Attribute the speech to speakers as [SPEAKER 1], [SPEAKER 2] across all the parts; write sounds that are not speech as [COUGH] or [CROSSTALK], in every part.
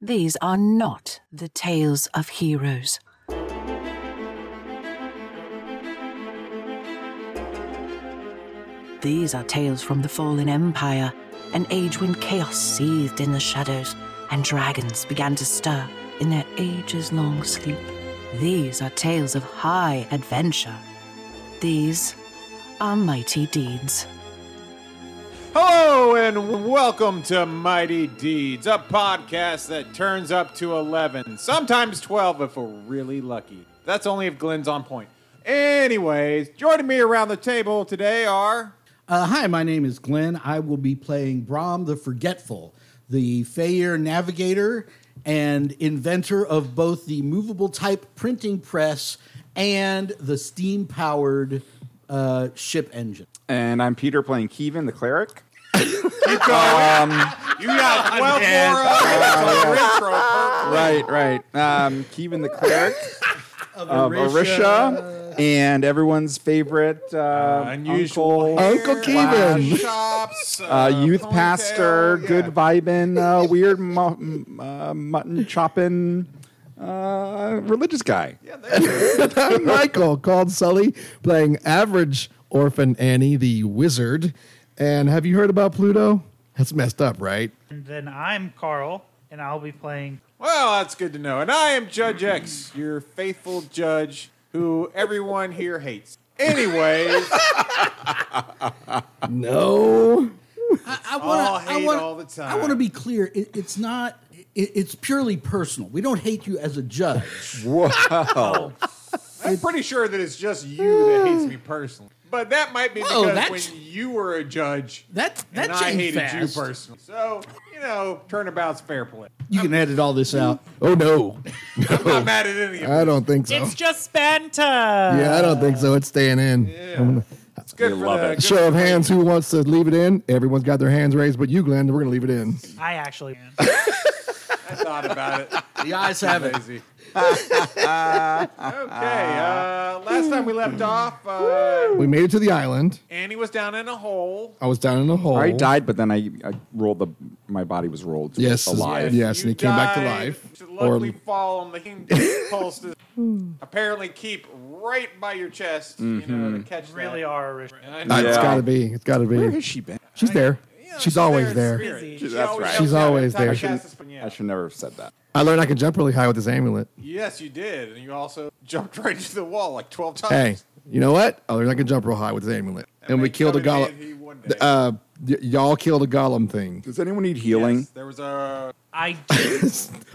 [SPEAKER 1] These are not the tales of heroes. These are tales from the fallen empire, an age when chaos seethed in the shadows and dragons began to stir in their ages long sleep. These are tales of high adventure. These are mighty deeds.
[SPEAKER 2] Hello and welcome to Mighty Deeds, a podcast that turns up to 11, sometimes 12 if we're really lucky. That's only if Glenn's on point. Anyways, joining me around the table today are.
[SPEAKER 3] Uh, hi, my name is Glenn. I will be playing Brom the Forgetful, the Fayir navigator and inventor of both the movable type printing press and the steam powered uh, ship engine.
[SPEAKER 4] and I'm Peter playing Keevan, the cleric.
[SPEAKER 2] You
[SPEAKER 4] [LAUGHS]
[SPEAKER 2] got 12 more uh,
[SPEAKER 4] Right, right. Um, Keevan, the cleric [LAUGHS] of Orisha, and everyone's favorite [LAUGHS] uh,
[SPEAKER 2] Unusual.
[SPEAKER 4] uncle,
[SPEAKER 2] hair,
[SPEAKER 4] Keevan.
[SPEAKER 2] lash Chops,
[SPEAKER 4] [LAUGHS] uh, youth
[SPEAKER 2] ponytail,
[SPEAKER 4] pastor,
[SPEAKER 2] yeah.
[SPEAKER 4] good vibin', uh, weird mu- m- uh, mutton chopping, uh, religious guy.
[SPEAKER 2] Yeah, there you go.
[SPEAKER 5] I'm Michael, called Sully, playing average orphan Annie, the wizard. And have you heard about Pluto? That's messed up, right?
[SPEAKER 6] And then I'm Carl, and I'll be playing.
[SPEAKER 2] Well, that's good to know. And I am Judge X, your faithful judge who everyone here hates. Anyways,
[SPEAKER 5] No.
[SPEAKER 3] I wanna-
[SPEAKER 2] All hate
[SPEAKER 3] I wanna-
[SPEAKER 2] all the time.
[SPEAKER 3] I want to be clear. It, it's not. It, it's purely personal. We don't hate you as
[SPEAKER 2] [LAUGHS]
[SPEAKER 3] a judge.
[SPEAKER 2] I'm pretty sure that it's just you that hates me personally. But that might be
[SPEAKER 3] Hmm. Whoa,
[SPEAKER 2] because
[SPEAKER 3] that's-
[SPEAKER 2] when you were a judge
[SPEAKER 3] That that
[SPEAKER 2] and I
[SPEAKER 3] changed
[SPEAKER 2] hated
[SPEAKER 3] fast.
[SPEAKER 2] you personally. So, you know, turnabout's fair play.
[SPEAKER 3] You can edit all this out.
[SPEAKER 5] Oh, no.
[SPEAKER 2] I'm
[SPEAKER 5] Oh.
[SPEAKER 2] not mad at any of it.
[SPEAKER 5] I don't think so.
[SPEAKER 6] It's just Spanta.
[SPEAKER 5] yeah, I don't think so. It's staying in.
[SPEAKER 2] It's good for
[SPEAKER 4] love
[SPEAKER 2] the
[SPEAKER 4] it.
[SPEAKER 2] good
[SPEAKER 5] Show of
[SPEAKER 2] for-
[SPEAKER 5] hands, who wants to leave it in? Everyone's got their hands raised, but you, Glenn, we're going to leave it in.
[SPEAKER 6] I actually.
[SPEAKER 5] [LAUGHS]
[SPEAKER 2] I thought about it.
[SPEAKER 3] The eyes have it.
[SPEAKER 2] Lazy. okay. Uh, last time we left off, uh,
[SPEAKER 5] We made it to the island.
[SPEAKER 2] Annie was down in a hole.
[SPEAKER 5] I was down in a hole.
[SPEAKER 4] I died, but then I, I rolled the. My body was rolled.
[SPEAKER 5] Yes.
[SPEAKER 4] alive.
[SPEAKER 5] Yeah. Yes,
[SPEAKER 2] You
[SPEAKER 5] and he came back to
[SPEAKER 2] died
[SPEAKER 5] life.
[SPEAKER 2] To luckily
[SPEAKER 5] Or-
[SPEAKER 2] fall on the hing-
[SPEAKER 5] [LAUGHS]
[SPEAKER 2] post. that Apparently, keep right by your chest. You know
[SPEAKER 5] Mm-hmm.
[SPEAKER 2] to catch
[SPEAKER 6] really
[SPEAKER 2] that.
[SPEAKER 6] are rich.
[SPEAKER 2] I
[SPEAKER 5] Uh,
[SPEAKER 2] know.
[SPEAKER 5] It's
[SPEAKER 4] Yeah.
[SPEAKER 5] got to be. It's got to
[SPEAKER 4] Where
[SPEAKER 5] be.
[SPEAKER 4] has she been?
[SPEAKER 5] She's there.
[SPEAKER 2] You know,
[SPEAKER 5] She's always
[SPEAKER 2] in
[SPEAKER 5] there.
[SPEAKER 2] spirit.
[SPEAKER 6] She's-
[SPEAKER 2] She
[SPEAKER 4] that's right.
[SPEAKER 2] comes
[SPEAKER 5] She's
[SPEAKER 2] out
[SPEAKER 5] always
[SPEAKER 2] every time
[SPEAKER 5] there.
[SPEAKER 2] she casts a spin- yeah.
[SPEAKER 4] I should never have said that.
[SPEAKER 5] I learned I can jump really high with this amulet.
[SPEAKER 2] Yes, you did, and you also [LAUGHS] jumped right into the wall like twelve
[SPEAKER 6] Oh.
[SPEAKER 2] times.
[SPEAKER 5] Hey, you know what? I learned I can jump real high with this amulet. and we
[SPEAKER 2] Maybe
[SPEAKER 5] killed a
[SPEAKER 2] that'll be
[SPEAKER 5] golem.
[SPEAKER 2] it, he one day.
[SPEAKER 5] uh, y- y'all killed a golem thing. [LAUGHS]
[SPEAKER 4] Does anyone need
[SPEAKER 2] Yes,
[SPEAKER 4] healing?
[SPEAKER 2] there was a.
[SPEAKER 6] I do.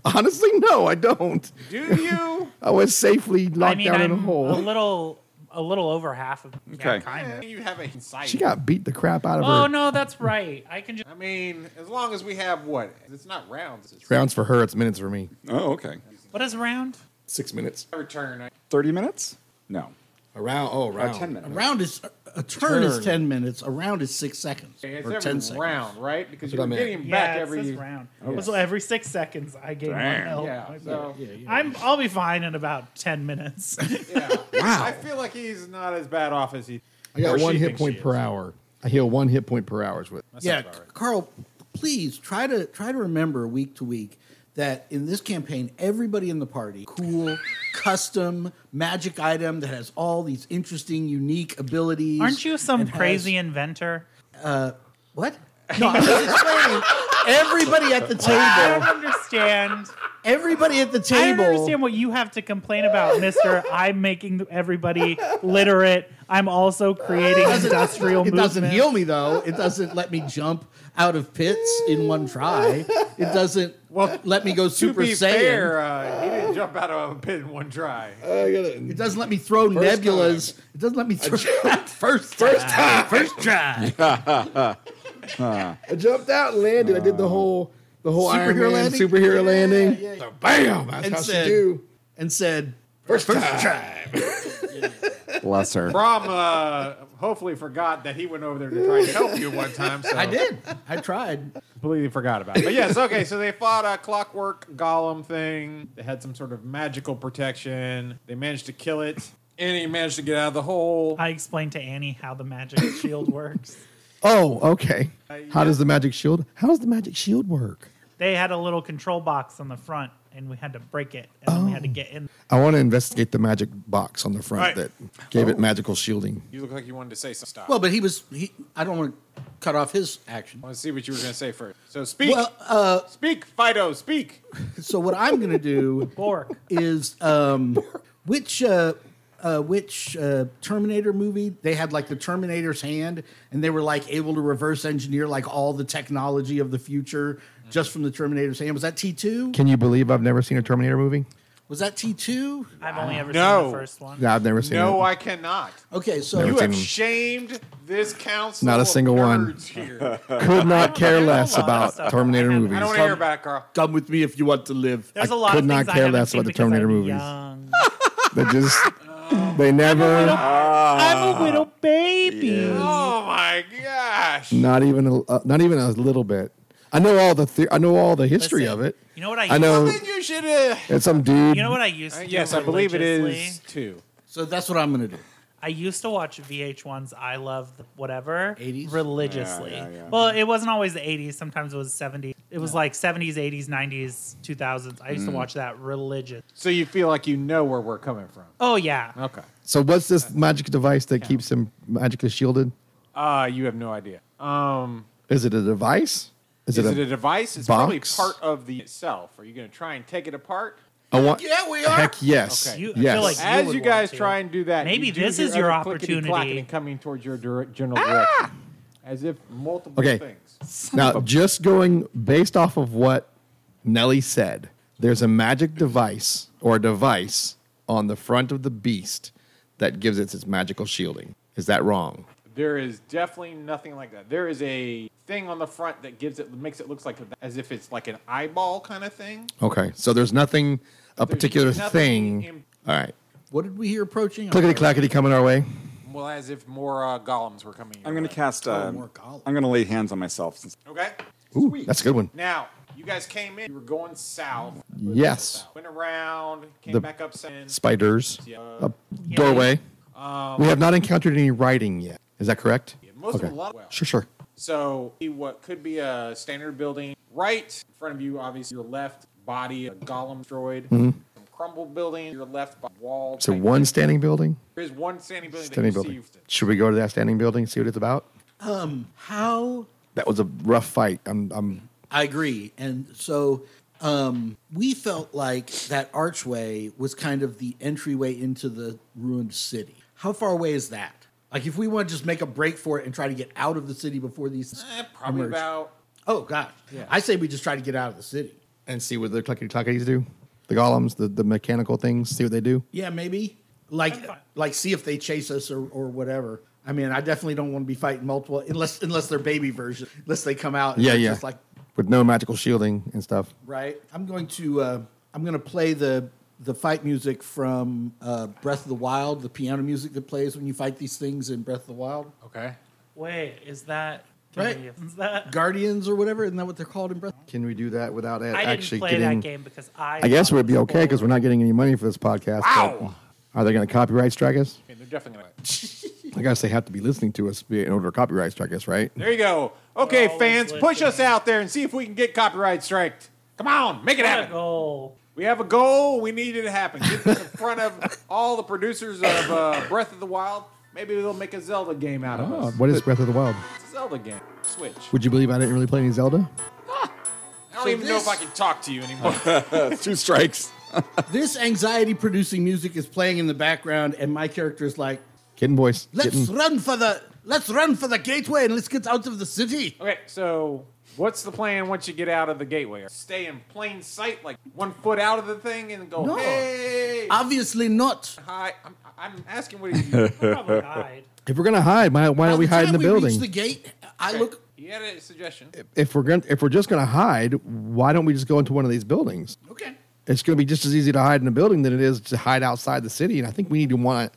[SPEAKER 5] Honestly, no, I don't.
[SPEAKER 2] Do
[SPEAKER 5] [LAUGHS]
[SPEAKER 2] you?
[SPEAKER 5] I was safely locked
[SPEAKER 6] I mean,
[SPEAKER 5] down in
[SPEAKER 6] I'm
[SPEAKER 5] a hole.
[SPEAKER 6] a little, a little over half of. Yeah,
[SPEAKER 4] Okay.
[SPEAKER 6] kind of.
[SPEAKER 2] you have a sight.
[SPEAKER 5] she got beat the crap out of
[SPEAKER 6] Oh
[SPEAKER 5] her.
[SPEAKER 6] no, that's right. I can just.
[SPEAKER 2] I mean, as long as we have what? It's not rounds. It's
[SPEAKER 5] Rounds for her, it's minutes for me.
[SPEAKER 4] Oh, okay.
[SPEAKER 6] What is round?
[SPEAKER 5] Six minutes.
[SPEAKER 2] a turn. I-
[SPEAKER 4] 30 minutes? No.
[SPEAKER 5] A round. Oh,
[SPEAKER 4] Uh,
[SPEAKER 5] round.
[SPEAKER 4] 10
[SPEAKER 3] A
[SPEAKER 4] minutes.
[SPEAKER 3] round is a turn,
[SPEAKER 5] Turn.
[SPEAKER 3] is ten minutes. A round is six seconds
[SPEAKER 2] It's
[SPEAKER 3] or
[SPEAKER 2] every
[SPEAKER 3] ten seconds.
[SPEAKER 2] round, right? Because
[SPEAKER 5] That's
[SPEAKER 2] you're
[SPEAKER 5] what I meant.
[SPEAKER 2] getting
[SPEAKER 6] yeah,
[SPEAKER 2] back
[SPEAKER 6] it
[SPEAKER 2] every.
[SPEAKER 6] says round.
[SPEAKER 5] Oh,
[SPEAKER 6] So every six seconds, I gain
[SPEAKER 4] Damn.
[SPEAKER 6] one health.
[SPEAKER 2] Yeah. So. Yeah.
[SPEAKER 6] I'm. I'll be fine in about
[SPEAKER 5] [LAUGHS]
[SPEAKER 6] ten minutes.
[SPEAKER 2] wow. I feel like he's not as bad off as he.
[SPEAKER 5] I got
[SPEAKER 2] or she
[SPEAKER 5] one hit
[SPEAKER 2] thinks she
[SPEAKER 5] point per
[SPEAKER 2] is.
[SPEAKER 5] hour. I heal one hit point per hour is what.
[SPEAKER 3] yeah,
[SPEAKER 2] sounds about right.
[SPEAKER 3] Carl, please try to try to remember week to week that in this campaign, everybody in the party, cool, custom magic item that has all these interesting, unique abilities.
[SPEAKER 6] Aren't you some
[SPEAKER 3] and has-
[SPEAKER 6] crazy inventor?
[SPEAKER 3] what? No, I was explaining. Everybody at the
[SPEAKER 6] I don't
[SPEAKER 3] table.
[SPEAKER 6] understand.
[SPEAKER 3] Everybody at the
[SPEAKER 6] I
[SPEAKER 3] table.
[SPEAKER 6] don't understand what you have to complain about, Mister. I'm making everybody literate. I'm also creating industrial
[SPEAKER 3] it
[SPEAKER 6] movement.
[SPEAKER 3] doesn't heal me though. It doesn't let me jump out of pits in one try. It doesn't let me go
[SPEAKER 2] To
[SPEAKER 3] super
[SPEAKER 2] be
[SPEAKER 3] saiyan.
[SPEAKER 2] fair, uh, he didn't jump out of a pit in one try.
[SPEAKER 3] It doesn't let me throw nebulas. It doesn't let me throw [LAUGHS] first
[SPEAKER 5] First time
[SPEAKER 3] first try.
[SPEAKER 5] I jumped out and landed. I did the whole the whole
[SPEAKER 3] Superhero
[SPEAKER 5] Iron Man
[SPEAKER 3] landing?
[SPEAKER 5] superhero landing.
[SPEAKER 3] yeah, yeah.
[SPEAKER 5] So bam! That's
[SPEAKER 3] And
[SPEAKER 5] how
[SPEAKER 3] said-
[SPEAKER 5] she do.
[SPEAKER 3] And said,
[SPEAKER 5] First, time.
[SPEAKER 4] Bless her.
[SPEAKER 2] Brom uh, hopefully forgot that he went over there to try and help you one time. So
[SPEAKER 3] [LAUGHS] I did. I tried.
[SPEAKER 2] completely forgot about it. But yes, okay. So they fought a clockwork golem thing. They had some sort of magical protection. They managed to kill it. And he managed to get out of the hole.
[SPEAKER 6] I explained to Annie how the magic shield works.
[SPEAKER 5] Oh, okay.
[SPEAKER 2] Uh,
[SPEAKER 5] How
[SPEAKER 2] yeah.
[SPEAKER 5] does the magic shield? How does the magic shield work?
[SPEAKER 6] They had a little control box on the front, and we had to break it, and then we
[SPEAKER 5] Oh.
[SPEAKER 6] had to get in.
[SPEAKER 5] I want to investigate the magic box on the front
[SPEAKER 2] Right.
[SPEAKER 5] that gave
[SPEAKER 3] Oh.
[SPEAKER 5] it magical shielding.
[SPEAKER 2] You look like you wanted to say some stuff.
[SPEAKER 3] Well, but he was. He, I don't want to cut off his action.
[SPEAKER 2] I want to see what you were going to say first. So speak.
[SPEAKER 3] Well, uh,
[SPEAKER 2] speak, Fido, speak.
[SPEAKER 3] So what I'm going to do
[SPEAKER 6] Bork.
[SPEAKER 3] is um, which uh, uh, which uh, Terminator movie they had like the Terminator's hand, and they were like able to reverse engineer like all the technology of the future just from the Terminator's hand. Was that T two?
[SPEAKER 5] Can you believe I've never seen a Terminator movie?
[SPEAKER 3] Was that T two?
[SPEAKER 6] I've only ever
[SPEAKER 2] No.
[SPEAKER 6] seen the first one.
[SPEAKER 5] Yeah, I've never seen
[SPEAKER 2] No,
[SPEAKER 5] it.
[SPEAKER 2] I cannot.
[SPEAKER 3] Okay, so
[SPEAKER 2] You have
[SPEAKER 5] seen-
[SPEAKER 2] shamed this council.
[SPEAKER 5] Not a
[SPEAKER 2] of
[SPEAKER 5] single one.
[SPEAKER 2] nerds Here.
[SPEAKER 5] could not care
[SPEAKER 6] there's a
[SPEAKER 5] less
[SPEAKER 6] [LAUGHS] lot
[SPEAKER 3] [LAUGHS]
[SPEAKER 6] of
[SPEAKER 5] about
[SPEAKER 6] stuff.
[SPEAKER 5] Terminator
[SPEAKER 6] I have- I
[SPEAKER 5] movies.
[SPEAKER 2] I don't want to hear about it, Carl.
[SPEAKER 3] come with me if you want to live.
[SPEAKER 6] There's a
[SPEAKER 5] I
[SPEAKER 6] lot
[SPEAKER 5] could
[SPEAKER 6] of
[SPEAKER 5] not
[SPEAKER 6] things I
[SPEAKER 5] care
[SPEAKER 6] haven't
[SPEAKER 5] less
[SPEAKER 6] seen
[SPEAKER 5] about the
[SPEAKER 6] because
[SPEAKER 5] Terminator
[SPEAKER 6] I'm
[SPEAKER 5] movies.
[SPEAKER 6] young.
[SPEAKER 5] They just they never
[SPEAKER 6] I'm a
[SPEAKER 3] Ah.
[SPEAKER 6] little baby.
[SPEAKER 2] Oh my gosh.
[SPEAKER 5] not even a, uh, not even a little bit. I know all the the I know all the history
[SPEAKER 6] Listen,
[SPEAKER 5] of it.
[SPEAKER 6] You know what I?
[SPEAKER 5] I know
[SPEAKER 2] Then you should. Uh,
[SPEAKER 5] it's some dude.
[SPEAKER 6] You know what I used to do
[SPEAKER 2] yes, I believe it
[SPEAKER 6] religiously?
[SPEAKER 2] is two.
[SPEAKER 3] So that's what I'm going to do.
[SPEAKER 6] I used to watch VH1's I Love the Whatever
[SPEAKER 3] 80s?
[SPEAKER 6] religiously.
[SPEAKER 4] Yeah, yeah, yeah.
[SPEAKER 6] Well, it wasn't always the 80s. Sometimes it was 70s. It was like 70s, 80s, 90s, 2000s. I used to watch that religious.
[SPEAKER 2] So you feel like you know where we're coming from.
[SPEAKER 6] Oh, yeah.
[SPEAKER 2] Okay.
[SPEAKER 5] So what's this magic device that keeps him magically shielded?
[SPEAKER 2] Uh, you have no idea. Um,
[SPEAKER 5] Is it a device?
[SPEAKER 2] is it a device? It's probably
[SPEAKER 5] box?
[SPEAKER 2] part of the itself. Are you going to try and take it apart?
[SPEAKER 5] I want.
[SPEAKER 3] Yeah, we are.
[SPEAKER 5] Heck yes.
[SPEAKER 2] Okay.
[SPEAKER 6] You- I feel
[SPEAKER 5] yes.
[SPEAKER 6] like-
[SPEAKER 2] As
[SPEAKER 6] would
[SPEAKER 2] you guys
[SPEAKER 6] want to.
[SPEAKER 2] try and do that,
[SPEAKER 6] Maybe
[SPEAKER 2] you do
[SPEAKER 6] this
[SPEAKER 2] hear
[SPEAKER 6] is your
[SPEAKER 2] other clickety-clacking
[SPEAKER 6] opportunity. Ah!
[SPEAKER 2] coming towards your dire- general direction, as if multiple
[SPEAKER 5] Okay.
[SPEAKER 2] things.
[SPEAKER 5] now, just going based off of what Nelly said, there's a magic device or device on the front of the beast that gives it its magical shielding. Is that wrong?
[SPEAKER 2] There is definitely nothing like that. There is a thing on the front that gives it makes it looks like as if it's like an eyeball kind of thing.
[SPEAKER 5] Okay. So there's nothing, a particular
[SPEAKER 2] nothing
[SPEAKER 5] thing.
[SPEAKER 2] in-
[SPEAKER 5] All right.
[SPEAKER 3] What did we hear approaching?
[SPEAKER 5] Clickety clackety coming our way.
[SPEAKER 2] Well, as if more uh, golems were coming. your
[SPEAKER 4] I'm gonna
[SPEAKER 2] way.
[SPEAKER 4] cast. Uh,
[SPEAKER 3] more column.
[SPEAKER 4] I'm gonna lay hands on myself. Since
[SPEAKER 2] Okay.
[SPEAKER 5] Ooh, that's a good one.
[SPEAKER 2] Now, you guys came in. You were going south.
[SPEAKER 5] Yes.
[SPEAKER 2] Went around. Came
[SPEAKER 5] The-
[SPEAKER 2] back up. Sand.
[SPEAKER 5] Spiders.
[SPEAKER 2] Uh,
[SPEAKER 5] A doorway. we have not encountered any writing yet. Is that correct?
[SPEAKER 2] Um, most of a lot. Well.
[SPEAKER 5] Sure, sure.
[SPEAKER 2] So, see what could be a standard building right in front of you, obviously, your left body, a golem droid, some crumbled building, your left bo- wall.
[SPEAKER 5] Mm-hmm. So
[SPEAKER 2] type
[SPEAKER 5] one
[SPEAKER 2] thing.
[SPEAKER 5] standing building.
[SPEAKER 2] There's one standing building
[SPEAKER 5] Standing
[SPEAKER 2] that you
[SPEAKER 5] building.
[SPEAKER 2] see.
[SPEAKER 5] Should we go to that standing building and see what it's about?
[SPEAKER 3] How
[SPEAKER 5] That was a rough fight. I'm, I'm
[SPEAKER 3] I agree. And so um, we felt like that archway was kind of the entryway into the ruined city. How far away is that? Like if we want to just make a break for it and try to get out of the city before these
[SPEAKER 2] Eh, probably
[SPEAKER 3] emerge.
[SPEAKER 2] about.
[SPEAKER 3] oh gosh, I say we just try to get out of the city.
[SPEAKER 5] and see what the cluckety clackities do. The golems, the, the mechanical things, see what they do.
[SPEAKER 3] Yeah, maybe like
[SPEAKER 6] fine.
[SPEAKER 3] like see if they chase us or, or whatever. I mean, I definitely don't want to be fighting multiple unless unless they're baby version. Unless they come out, and
[SPEAKER 5] Yeah,
[SPEAKER 3] they're
[SPEAKER 5] yeah.
[SPEAKER 3] just like
[SPEAKER 5] With no magical shielding and stuff.
[SPEAKER 3] right? I'm going to uh, I'm going to play the the fight music from uh, Breath of the Wild, the piano music that plays when you fight these things in Breath of the Wild,
[SPEAKER 2] Okay.
[SPEAKER 6] Wait, is that.
[SPEAKER 3] Right.
[SPEAKER 6] Is that.
[SPEAKER 3] Guardians or whatever. Isn't that what they're called in Breath?
[SPEAKER 5] Can we do that without a-
[SPEAKER 6] I didn't
[SPEAKER 5] actually
[SPEAKER 6] play
[SPEAKER 5] getting?
[SPEAKER 6] that game because I.
[SPEAKER 5] I guess
[SPEAKER 6] thought
[SPEAKER 5] it would be
[SPEAKER 6] it was
[SPEAKER 5] okay because we're
[SPEAKER 6] horrible.
[SPEAKER 5] not getting any money for this podcast. but
[SPEAKER 2] Wow.
[SPEAKER 5] Are they going to copyright strike us?
[SPEAKER 2] Okay, they're definitely going to.
[SPEAKER 5] I guess they have to be listening to us in order to copyright strike us, right?
[SPEAKER 2] There you go. Okay,
[SPEAKER 6] always
[SPEAKER 2] fans, push
[SPEAKER 6] listening.
[SPEAKER 2] us out there and see if we can get copyright striked. Come on, make it
[SPEAKER 6] What a
[SPEAKER 2] happen.
[SPEAKER 6] goal.
[SPEAKER 2] We have a goal. We need it to happen. Get this in front of all the producers of uh, Breath of the Wild. Maybe they'll make a Zelda game out of us.
[SPEAKER 5] Oh, What is Breath of the Wild?
[SPEAKER 2] It's a Zelda game. Switch.
[SPEAKER 5] Would you believe I didn't really play any Zelda?
[SPEAKER 2] I don't even know if I can talk to you anymore.
[SPEAKER 4] two strikes.
[SPEAKER 3] This anxiety producing music is playing in the background, and my character is like,
[SPEAKER 5] Kitten voice.
[SPEAKER 3] "Let's
[SPEAKER 5] Kitten.
[SPEAKER 3] run for the let's run for the gateway and let's get out of the city."
[SPEAKER 2] okay, so what's the plan once you get out of the gateway? Stay in plain sight, like one foot out of the thing, and go,
[SPEAKER 3] No.
[SPEAKER 2] hey,
[SPEAKER 3] Obviously not.
[SPEAKER 2] hi. I'm, I'm asking what he did.
[SPEAKER 6] I probably died.
[SPEAKER 5] If we're gonna hide, why, why
[SPEAKER 3] By
[SPEAKER 5] don't we
[SPEAKER 3] the
[SPEAKER 5] hide in
[SPEAKER 3] time
[SPEAKER 5] the
[SPEAKER 3] we
[SPEAKER 5] building?
[SPEAKER 3] Reach the gate. I look.
[SPEAKER 2] He had a suggestion.
[SPEAKER 5] if we're gonna, if we're just gonna hide, why don't we just go into one of these buildings?
[SPEAKER 3] Okay.
[SPEAKER 5] It's gonna be just as easy to hide in a building than it is to hide outside the city. And I think we need to want.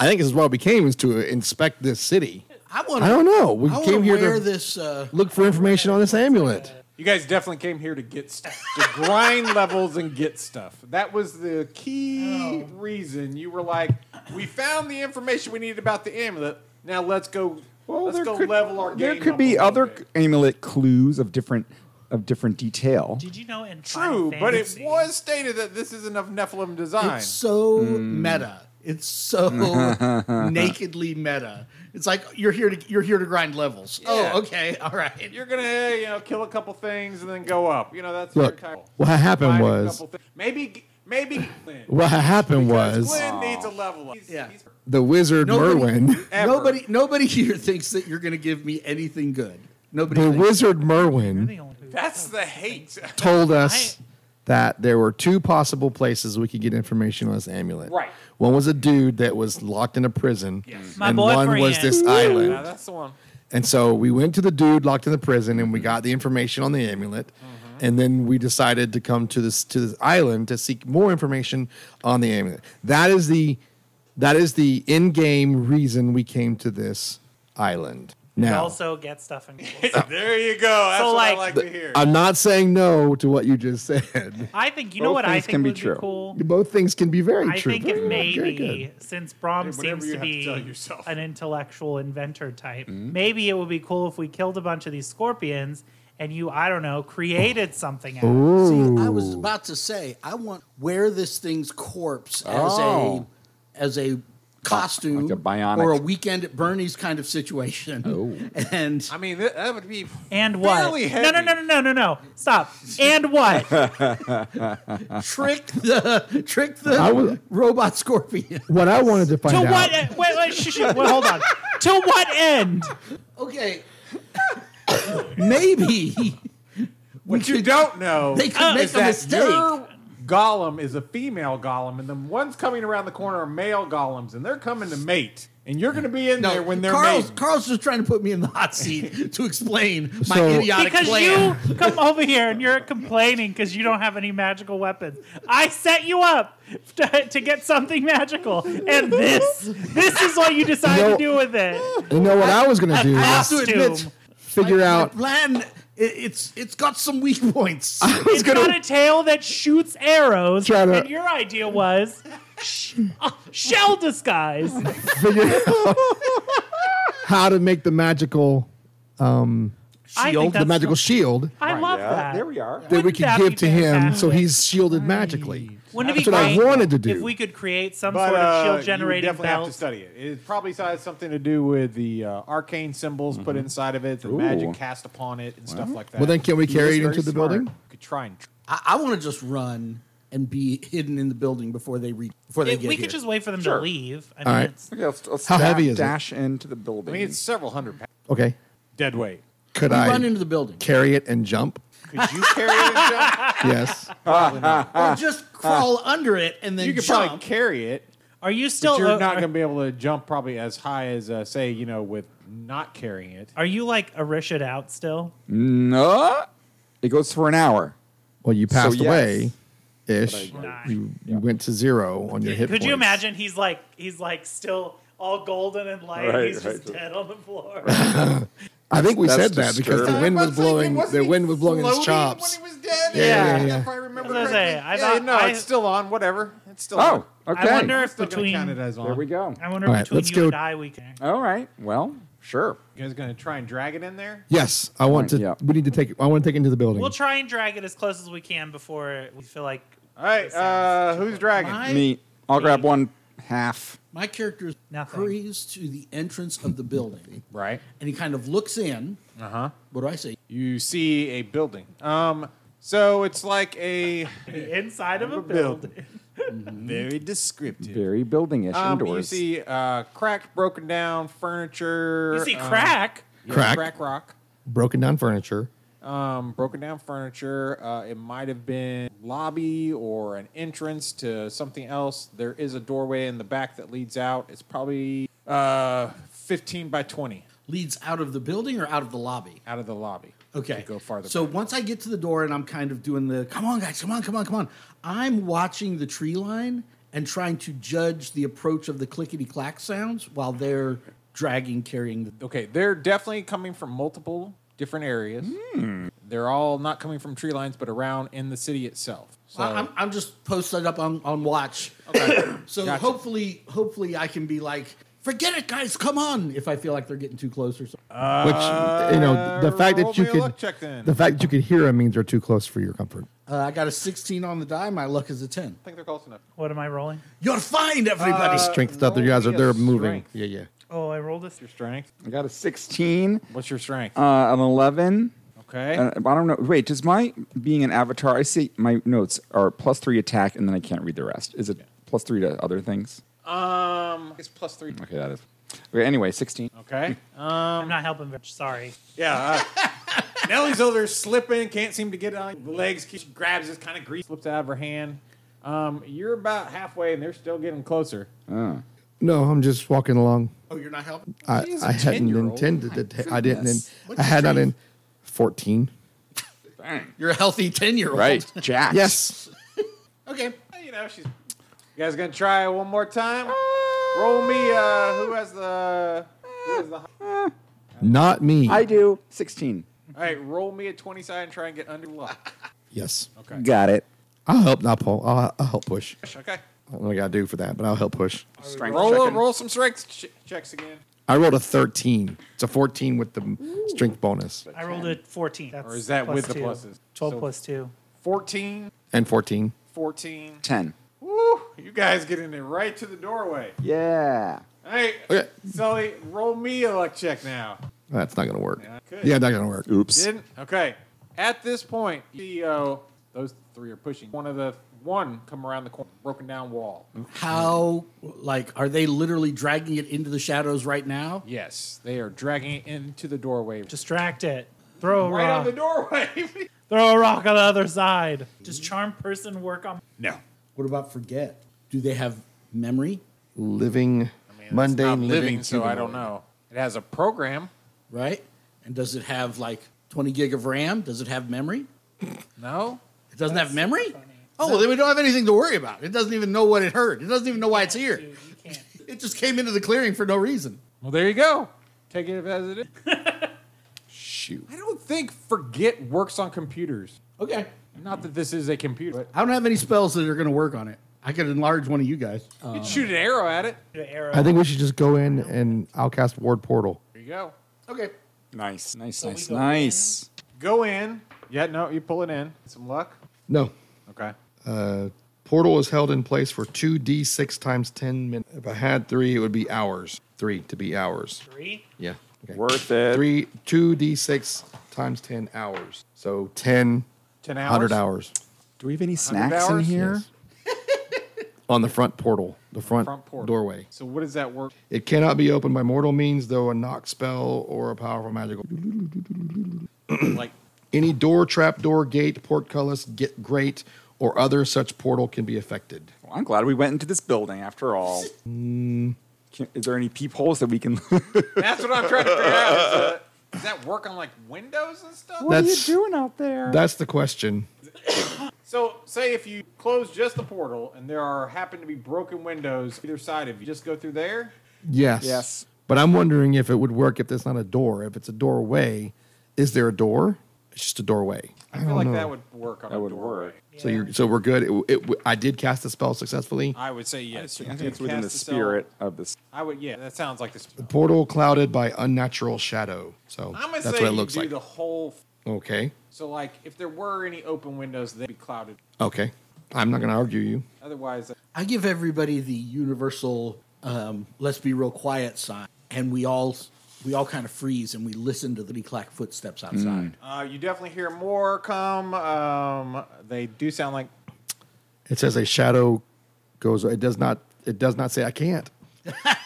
[SPEAKER 5] I think this is why we came is to inspect this city.
[SPEAKER 3] I want.
[SPEAKER 5] I don't know. We came here to-
[SPEAKER 3] wear this. Uh,
[SPEAKER 5] Look for information on this amulet.
[SPEAKER 2] You guys definitely came here to get stuff, to grind levels and get stuff. That was the key
[SPEAKER 5] Oh.
[SPEAKER 2] reason you were like, we found the information we needed about the amulet. Now let's go. let's go level our game.
[SPEAKER 4] There could be other amulet clues of different of different detail.
[SPEAKER 6] Did you know in Final
[SPEAKER 2] True, but it
[SPEAKER 6] Fantasy-
[SPEAKER 2] was stated that this is enough Nephilim design.
[SPEAKER 3] It's so meta. It's so [LAUGHS] nakedly meta. It's like you're here to you're here to grind levels.
[SPEAKER 2] Yeah.
[SPEAKER 3] Oh, okay, [LAUGHS] all right.
[SPEAKER 2] You're gonna, you know, kill a couple things and then go up. You know, that's your
[SPEAKER 5] Look,
[SPEAKER 2] entire.
[SPEAKER 5] what happened
[SPEAKER 2] Find a
[SPEAKER 5] was
[SPEAKER 2] couple thi- maybe, maybe. Glenn.
[SPEAKER 5] what happened
[SPEAKER 2] Because
[SPEAKER 5] was
[SPEAKER 2] Glenn needs a level up. He's-
[SPEAKER 3] Yeah.
[SPEAKER 2] he's-
[SPEAKER 5] the wizard
[SPEAKER 3] Nobody-
[SPEAKER 2] [LAUGHS]
[SPEAKER 5] Merwin.
[SPEAKER 2] Ever.
[SPEAKER 3] [LAUGHS] Nobody nobody here thinks that you're going to give me anything good. Nobody.
[SPEAKER 5] The
[SPEAKER 3] thinks-
[SPEAKER 5] wizard Merwin.
[SPEAKER 6] The only people-
[SPEAKER 2] that's the hate.
[SPEAKER 5] told us that there were two possible places we could get information on this amulet.
[SPEAKER 2] Right.
[SPEAKER 5] One was a dude that was locked in a prison,
[SPEAKER 6] My
[SPEAKER 5] and one was
[SPEAKER 6] boyfriend.
[SPEAKER 5] this
[SPEAKER 2] [LAUGHS] yeah,
[SPEAKER 5] island.
[SPEAKER 2] that's the one.
[SPEAKER 5] And so we went to the dude locked in the prison, and we got the information on the amulet.
[SPEAKER 6] Mm-hmm.
[SPEAKER 5] And then we decided to come to this to this island to seek more information on the amulet. That is the that is the in game reason we came to this island.
[SPEAKER 6] You
[SPEAKER 5] Now,
[SPEAKER 6] also get stuff in
[SPEAKER 2] [LAUGHS] there you go. That's
[SPEAKER 6] So,
[SPEAKER 2] what I
[SPEAKER 6] like-
[SPEAKER 2] like to hear.
[SPEAKER 5] I'm not saying no to what you just said.
[SPEAKER 6] I think you know
[SPEAKER 4] Both
[SPEAKER 6] what I
[SPEAKER 4] things
[SPEAKER 6] think
[SPEAKER 4] can be
[SPEAKER 6] would be
[SPEAKER 4] true.
[SPEAKER 6] cool.
[SPEAKER 5] Both things can be very
[SPEAKER 6] I
[SPEAKER 5] true.
[SPEAKER 6] think
[SPEAKER 5] Very
[SPEAKER 6] it
[SPEAKER 5] good, very
[SPEAKER 6] maybe
[SPEAKER 5] good.
[SPEAKER 6] since Brom
[SPEAKER 2] Hey, whatever
[SPEAKER 6] seems
[SPEAKER 2] you
[SPEAKER 6] to
[SPEAKER 2] have to
[SPEAKER 6] be
[SPEAKER 2] tell yourself.
[SPEAKER 6] an intellectual inventor type, maybe it would be cool if we killed a bunch of these scorpions and you, I don't know, created something out.
[SPEAKER 3] See, I was about to say I want wear this thing's corpse
[SPEAKER 4] Oh.
[SPEAKER 3] as a as a costume
[SPEAKER 4] Like a bionic.
[SPEAKER 3] or a weekend at Bernie's kind of situation. [LAUGHS] And
[SPEAKER 2] I mean, that, that would be.
[SPEAKER 6] And what?
[SPEAKER 2] fairly
[SPEAKER 6] No, no,
[SPEAKER 2] heavy.
[SPEAKER 6] no, no, no, no, no. Stop. And what?
[SPEAKER 3] trick the trick the
[SPEAKER 5] I was-
[SPEAKER 3] robot scorpion.
[SPEAKER 5] What I wanted to
[SPEAKER 6] to
[SPEAKER 5] find out.
[SPEAKER 6] what? e-, Wait, wait, shh, shh, wait, hold on. To what end?
[SPEAKER 3] Okay. Maybe
[SPEAKER 2] What you
[SPEAKER 3] could-
[SPEAKER 2] don't know
[SPEAKER 3] they could
[SPEAKER 6] Oh,
[SPEAKER 3] make
[SPEAKER 2] is
[SPEAKER 3] a
[SPEAKER 2] that
[SPEAKER 3] mistake.
[SPEAKER 2] your golem is a female golem, and the ones coming around the corner are male golems, and they're coming to mate. And you're going to be in there when they're
[SPEAKER 3] Carl's,
[SPEAKER 2] mating.
[SPEAKER 3] Carl's just trying to put me in the hot seat to explain my
[SPEAKER 5] So-
[SPEAKER 3] idiotic
[SPEAKER 6] Because
[SPEAKER 3] plan.
[SPEAKER 6] you come over here and you're complaining because you don't have any magical weapons. I set you up to, to get something magical, and this this is what you decide
[SPEAKER 5] No.
[SPEAKER 6] to do with it.
[SPEAKER 5] You know what I was going to do
[SPEAKER 3] I have
[SPEAKER 5] was
[SPEAKER 3] to admit,
[SPEAKER 6] Costume.
[SPEAKER 5] figure
[SPEAKER 3] my
[SPEAKER 5] out.
[SPEAKER 3] plan. It, it's it's got some weak
[SPEAKER 5] [LAUGHS]
[SPEAKER 3] points.
[SPEAKER 6] It's got a tail that shoots arrows,
[SPEAKER 5] Try to-
[SPEAKER 6] and your idea was sh- uh, shell disguise.
[SPEAKER 5] Figure out how to make the magical
[SPEAKER 6] I
[SPEAKER 3] Shield,
[SPEAKER 6] think
[SPEAKER 5] the
[SPEAKER 6] that's
[SPEAKER 5] magical
[SPEAKER 6] not-
[SPEAKER 5] shield
[SPEAKER 6] I love
[SPEAKER 4] Yeah,
[SPEAKER 6] that.
[SPEAKER 4] There we are.
[SPEAKER 5] that we
[SPEAKER 6] Wouldn't
[SPEAKER 5] could
[SPEAKER 6] that
[SPEAKER 5] give
[SPEAKER 6] be
[SPEAKER 5] to him, so
[SPEAKER 6] fantastic?
[SPEAKER 5] he's shielded magically.
[SPEAKER 6] Wouldn't
[SPEAKER 5] That's
[SPEAKER 6] it be
[SPEAKER 5] what I
[SPEAKER 6] great
[SPEAKER 5] wanted to do.
[SPEAKER 6] if we could create some
[SPEAKER 2] But
[SPEAKER 6] sort of
[SPEAKER 2] uh,
[SPEAKER 6] shield
[SPEAKER 2] you
[SPEAKER 6] generating
[SPEAKER 2] definitely have to
[SPEAKER 6] belt?
[SPEAKER 2] study it. It probably has something to do with the uh, arcane symbols put inside of it, the magic cast upon it, and stuff like that.
[SPEAKER 5] Well, then can we
[SPEAKER 2] He
[SPEAKER 5] carry
[SPEAKER 2] was
[SPEAKER 5] it
[SPEAKER 2] very
[SPEAKER 5] into the
[SPEAKER 2] smart.
[SPEAKER 5] building?
[SPEAKER 2] You could try and. Tr-
[SPEAKER 3] I, I want to just run and be hidden in the building before they reach before they
[SPEAKER 6] If
[SPEAKER 3] get
[SPEAKER 6] we
[SPEAKER 3] here.
[SPEAKER 6] could just wait for them
[SPEAKER 4] Sure.
[SPEAKER 6] to leave. I mean,
[SPEAKER 5] All right.
[SPEAKER 6] it's-
[SPEAKER 4] Okay, let's, let's
[SPEAKER 5] How
[SPEAKER 4] da-
[SPEAKER 5] heavy is it?
[SPEAKER 4] dash into the building.
[SPEAKER 2] I mean, it's several hundred pounds.
[SPEAKER 5] Okay.
[SPEAKER 2] Dead weight.
[SPEAKER 5] Could
[SPEAKER 3] We run
[SPEAKER 5] I
[SPEAKER 3] into the building
[SPEAKER 5] carry it and jump?
[SPEAKER 2] Could you carry it? and jump?
[SPEAKER 5] Yes.
[SPEAKER 3] or
[SPEAKER 5] ah,
[SPEAKER 3] just crawl under it and then
[SPEAKER 2] You could
[SPEAKER 3] jump.
[SPEAKER 2] probably carry it.
[SPEAKER 6] are you still?
[SPEAKER 2] But you're
[SPEAKER 6] uh,
[SPEAKER 2] not
[SPEAKER 6] are-
[SPEAKER 2] going to be able to jump probably as high as, uh, say, you know, with not carrying it.
[SPEAKER 6] Are you like Arisha'd out still?
[SPEAKER 4] no, it goes for an hour.
[SPEAKER 5] Well, you passed
[SPEAKER 4] yes.
[SPEAKER 5] away, ish.
[SPEAKER 4] But
[SPEAKER 6] I-
[SPEAKER 5] You, you went to zero on your hit.
[SPEAKER 6] Could you
[SPEAKER 5] points.
[SPEAKER 6] imagine? He's like he's like still all golden and light.
[SPEAKER 4] Right,
[SPEAKER 6] he's just
[SPEAKER 4] right.
[SPEAKER 6] dead on the floor.
[SPEAKER 5] I think we
[SPEAKER 4] That's
[SPEAKER 5] said that because the
[SPEAKER 4] disturbing.
[SPEAKER 5] wind was
[SPEAKER 2] Everyone's thinking,
[SPEAKER 5] blowing.
[SPEAKER 2] wasn't
[SPEAKER 5] The
[SPEAKER 2] he
[SPEAKER 5] wind was blowing his
[SPEAKER 2] floating
[SPEAKER 5] chops.
[SPEAKER 2] When he was dead,
[SPEAKER 6] Yeah, yeah,
[SPEAKER 5] yeah.
[SPEAKER 2] If I remember
[SPEAKER 6] That's what I
[SPEAKER 2] correctly.
[SPEAKER 6] say. I
[SPEAKER 2] yeah,
[SPEAKER 6] thought-
[SPEAKER 2] no,
[SPEAKER 6] I-
[SPEAKER 2] it's still on. Whatever, it's still on.
[SPEAKER 4] Oh, okay.
[SPEAKER 6] I wonder
[SPEAKER 2] I'm
[SPEAKER 6] if
[SPEAKER 2] still gonna
[SPEAKER 6] between
[SPEAKER 2] count it as on.
[SPEAKER 4] there we go.
[SPEAKER 6] I wonder
[SPEAKER 5] All
[SPEAKER 6] if
[SPEAKER 5] right,
[SPEAKER 6] between
[SPEAKER 5] let's
[SPEAKER 6] you
[SPEAKER 5] go-
[SPEAKER 6] and I we can.
[SPEAKER 4] All right. Well, sure.
[SPEAKER 2] You guys gonna try and drag it in there?
[SPEAKER 5] Yes, I want to.
[SPEAKER 4] Yeah.
[SPEAKER 5] We need to take. I want to take it into the building.
[SPEAKER 6] We'll try and drag it as close as we can before we feel like.
[SPEAKER 2] All right,
[SPEAKER 6] this sounds
[SPEAKER 2] uh, who's dragging?
[SPEAKER 3] My-
[SPEAKER 4] Me. I'll grab one half.
[SPEAKER 3] My character
[SPEAKER 6] Nothing.
[SPEAKER 3] hurries to the entrance of the building,
[SPEAKER 2] Right.
[SPEAKER 3] and he kind of looks in.
[SPEAKER 2] Uh
[SPEAKER 6] Uh-huh.
[SPEAKER 2] huh.
[SPEAKER 3] What do I say?
[SPEAKER 2] You see a building. Um, so it's like a
[SPEAKER 6] the inside of a
[SPEAKER 2] building.
[SPEAKER 6] building.
[SPEAKER 2] very descriptive.
[SPEAKER 4] Very building-ish
[SPEAKER 2] um, you
[SPEAKER 4] indoors.
[SPEAKER 2] see uh, cracked, broken down furniture.
[SPEAKER 6] You see
[SPEAKER 2] um,
[SPEAKER 6] crack.
[SPEAKER 2] yeah,
[SPEAKER 5] Crack.
[SPEAKER 2] crack rock.
[SPEAKER 5] Broken down furniture.
[SPEAKER 2] um, broken down furniture. Uh, it might have been lobby or an entrance to something else. There is a doorway in the back that leads out. It's probably uh, 15 by 20
[SPEAKER 3] Leads out of the building or out of the lobby?
[SPEAKER 2] out of the lobby.
[SPEAKER 3] Okay.
[SPEAKER 2] To go farther.
[SPEAKER 3] So
[SPEAKER 2] back.
[SPEAKER 3] once I get to the door and I'm kind of doing the come on guys, come on, come on, come on. I'm watching the tree line and trying to judge the approach of the clickety clack sounds while they're dragging, carrying the
[SPEAKER 2] okay, they're definitely coming from multiple different areas.
[SPEAKER 4] Hmm.
[SPEAKER 2] They're all not coming from tree lines, but around in the city itself. So
[SPEAKER 3] I- I'm, I'm just posted up on, on watch. [COUGHS] So
[SPEAKER 2] Gotcha.
[SPEAKER 3] hopefully hopefully I can be like forget it, guys, come on. If I feel like they're getting too close or something.
[SPEAKER 5] Which you know, the fact
[SPEAKER 2] roll
[SPEAKER 5] that you
[SPEAKER 2] me a
[SPEAKER 5] could
[SPEAKER 2] luck check then.
[SPEAKER 5] the fact that you could hear them means they're too close for your comfort.
[SPEAKER 3] Uh, I got a 16 on the die. My luck is a 10.
[SPEAKER 2] I think they're close enough.
[SPEAKER 6] What am I rolling?
[SPEAKER 3] You're fine, everybody.
[SPEAKER 2] Uh,
[SPEAKER 5] Strength stuff. You
[SPEAKER 2] roll
[SPEAKER 5] guys are
[SPEAKER 2] me a
[SPEAKER 5] they're moving.
[SPEAKER 2] strength.
[SPEAKER 5] Yeah, yeah.
[SPEAKER 6] Oh, I rolled a
[SPEAKER 2] Your strength.
[SPEAKER 4] I got a 16,
[SPEAKER 2] What's your strength?
[SPEAKER 4] uh, an 11.
[SPEAKER 2] okay.
[SPEAKER 4] Uh, I don't know. Wait, does my being an avatar? I see my notes are plus three attack, and then I can't read the rest. Is it plus three to other things?
[SPEAKER 2] um, it's plus three.
[SPEAKER 4] Okay, that is. Okay, anyway, sixteen.
[SPEAKER 2] Okay.
[SPEAKER 6] I'm not helping very Sorry.
[SPEAKER 2] Yeah. Uh, [LAUGHS] Nellie's over there slipping, can't seem to get it on the legs. She grabs this kind of grease, slips out of her hand. Um, you're about halfway, and they're still getting closer.
[SPEAKER 5] No, I'm just walking along.
[SPEAKER 3] Oh, you're not helping?
[SPEAKER 5] I,
[SPEAKER 2] He's a
[SPEAKER 5] I hadn't
[SPEAKER 2] 10-year-old.
[SPEAKER 5] intended to. ta- I didn't.
[SPEAKER 4] goodness.
[SPEAKER 5] I
[SPEAKER 3] What's
[SPEAKER 5] had
[SPEAKER 3] your
[SPEAKER 5] not in fourteen.
[SPEAKER 3] You're a healthy 10 year old.
[SPEAKER 4] Right, Jack.
[SPEAKER 5] Yes.
[SPEAKER 3] Okay.
[SPEAKER 2] You know, she's. You guys gonna try it one more time? Roll me. Uh, who has the? Who has the? All
[SPEAKER 5] Not me.
[SPEAKER 4] I do. Sixteen.
[SPEAKER 2] right, roll me a twenty side and try and get under luck.
[SPEAKER 5] yes.
[SPEAKER 2] Okay.
[SPEAKER 4] Got it.
[SPEAKER 5] I'll help. Not pull. I'll, I'll help push. I
[SPEAKER 2] Okay.
[SPEAKER 5] don't know what I gotta do for that, but I'll help push.
[SPEAKER 4] Strength.
[SPEAKER 2] Roll
[SPEAKER 4] checking.
[SPEAKER 2] roll some strength ch- checks again.
[SPEAKER 5] I rolled a thirteen. It's a fourteen with the strength bonus
[SPEAKER 6] I rolled a 14. That's
[SPEAKER 2] Or is that
[SPEAKER 6] plus
[SPEAKER 2] with the
[SPEAKER 6] two.
[SPEAKER 2] pluses?
[SPEAKER 6] 12
[SPEAKER 2] So-
[SPEAKER 6] plus 2.
[SPEAKER 2] 14,
[SPEAKER 5] and fourteen.
[SPEAKER 2] 14.
[SPEAKER 4] Ten.
[SPEAKER 2] Woo! You guys getting it right to the doorway.
[SPEAKER 4] Yeah.
[SPEAKER 2] All right,
[SPEAKER 5] Okay.
[SPEAKER 2] Sully, roll me a luck check now.
[SPEAKER 5] That's not gonna work.
[SPEAKER 2] Yeah, good.
[SPEAKER 5] Yeah, not gonna work.
[SPEAKER 4] Oops.
[SPEAKER 2] Didn't? Okay. At this point, CEO, those three are pushing. One of the one come around the corner, broken down wall.
[SPEAKER 3] How, like, are they literally dragging it into the shadows right now?
[SPEAKER 2] Yes, they are dragging it into the doorway. Just
[SPEAKER 6] Distract it. Throw a
[SPEAKER 2] right
[SPEAKER 6] rock.
[SPEAKER 2] on the doorway. [LAUGHS]
[SPEAKER 6] Throw a rock on the other side. Does charm person work on?
[SPEAKER 2] no.
[SPEAKER 3] What about forget? Do they have memory?
[SPEAKER 5] Living
[SPEAKER 2] Monday
[SPEAKER 5] mundane
[SPEAKER 2] living,
[SPEAKER 5] living.
[SPEAKER 2] so I don't know. It has a program.
[SPEAKER 3] Right? And does it have, like, 20 gig of RAM? Does it have memory?
[SPEAKER 2] No.
[SPEAKER 3] It doesn't have memory? Oh, well, then we don't have anything to worry about. It doesn't even know what it heard. It doesn't even know why it's here.
[SPEAKER 6] You can't.
[SPEAKER 3] It just came into the clearing for no reason.
[SPEAKER 2] Well, there you go. Take it as it is.
[SPEAKER 5] Shoot.
[SPEAKER 2] I don't think forget works on computers.
[SPEAKER 3] Okay.
[SPEAKER 2] Not that this is a computer.
[SPEAKER 3] I don't have any spells that are going to work on it. I could enlarge one of you guys.
[SPEAKER 2] But you can shoot an arrow at it.
[SPEAKER 6] Do an arrow.
[SPEAKER 5] I think we should just go in and I'll cast ward portal.
[SPEAKER 2] There you go.
[SPEAKER 3] okay.
[SPEAKER 4] Nice. Nice.
[SPEAKER 6] we
[SPEAKER 4] nice.
[SPEAKER 6] go
[SPEAKER 4] Nice.
[SPEAKER 2] Go in. Yeah, no, you pull it in. Some luck.
[SPEAKER 5] No.
[SPEAKER 2] Okay.
[SPEAKER 5] Portal is held in place for 2d6 times 10 minutes. If I had three, it would be hours. Three to be hours.
[SPEAKER 6] three.
[SPEAKER 5] Yeah. Okay.
[SPEAKER 4] Worth it.
[SPEAKER 5] Three, 2d6 times 10 hours. So 10,
[SPEAKER 2] 10
[SPEAKER 5] 100 hours
[SPEAKER 4] Do we have any snacks in
[SPEAKER 2] hours?
[SPEAKER 4] here?
[SPEAKER 5] on the front portal, the front,
[SPEAKER 2] Front portal.
[SPEAKER 5] doorway.
[SPEAKER 2] So what does that work?
[SPEAKER 5] It cannot be opened by mortal means, though a knock spell or a powerful magical.
[SPEAKER 2] like
[SPEAKER 5] Any door, trap door, gate, portcullis, get, grate, or other such portal can be affected.
[SPEAKER 4] Well, I'm glad we went into this building after all. Can- Is there any peepholes that we can? [LAUGHS]
[SPEAKER 2] that's what I'm trying to figure out. Is, uh, does that work on like windows and stuff?
[SPEAKER 5] What are you That's- doing
[SPEAKER 4] out there?
[SPEAKER 5] That's the question.
[SPEAKER 2] So say if you close just the portal and there are happen to be broken windows either side of you, just go through there.
[SPEAKER 5] Yes.
[SPEAKER 4] Yes.
[SPEAKER 5] But I'm wondering if it would work if there's not a door. If it's a doorway, is there a door? It's just a doorway.
[SPEAKER 2] I feel like that would work on
[SPEAKER 4] Oh, That
[SPEAKER 2] a
[SPEAKER 4] would
[SPEAKER 2] doorway.
[SPEAKER 4] work.
[SPEAKER 5] So you're so we're good. It, it, I did cast the spell successfully.
[SPEAKER 2] I would say yes.
[SPEAKER 4] I
[SPEAKER 2] You
[SPEAKER 4] think
[SPEAKER 2] did
[SPEAKER 4] it's within
[SPEAKER 2] cast
[SPEAKER 4] the
[SPEAKER 2] spell.
[SPEAKER 4] spirit of this.
[SPEAKER 2] I would. Yeah, that sounds like the. Spell.
[SPEAKER 5] Portal clouded by unnatural shadow. So
[SPEAKER 2] I'm gonna
[SPEAKER 5] that's
[SPEAKER 2] say
[SPEAKER 5] what
[SPEAKER 2] you
[SPEAKER 5] it looks
[SPEAKER 2] do
[SPEAKER 5] like.
[SPEAKER 2] the whole. f-
[SPEAKER 5] okay.
[SPEAKER 2] So like, if there were any open windows, they'd be clouded.
[SPEAKER 5] Okay. I'm not going to argue you.
[SPEAKER 2] Otherwise,
[SPEAKER 3] I give everybody the universal um, let's be real quiet sign, and we all we all kind of freeze and we listen to the clack
[SPEAKER 5] Mm.
[SPEAKER 3] footsteps outside.
[SPEAKER 2] uh, you definitely hear more come. Um, they do sound like
[SPEAKER 5] It says a shadow goes. It does not. It does not say I can't.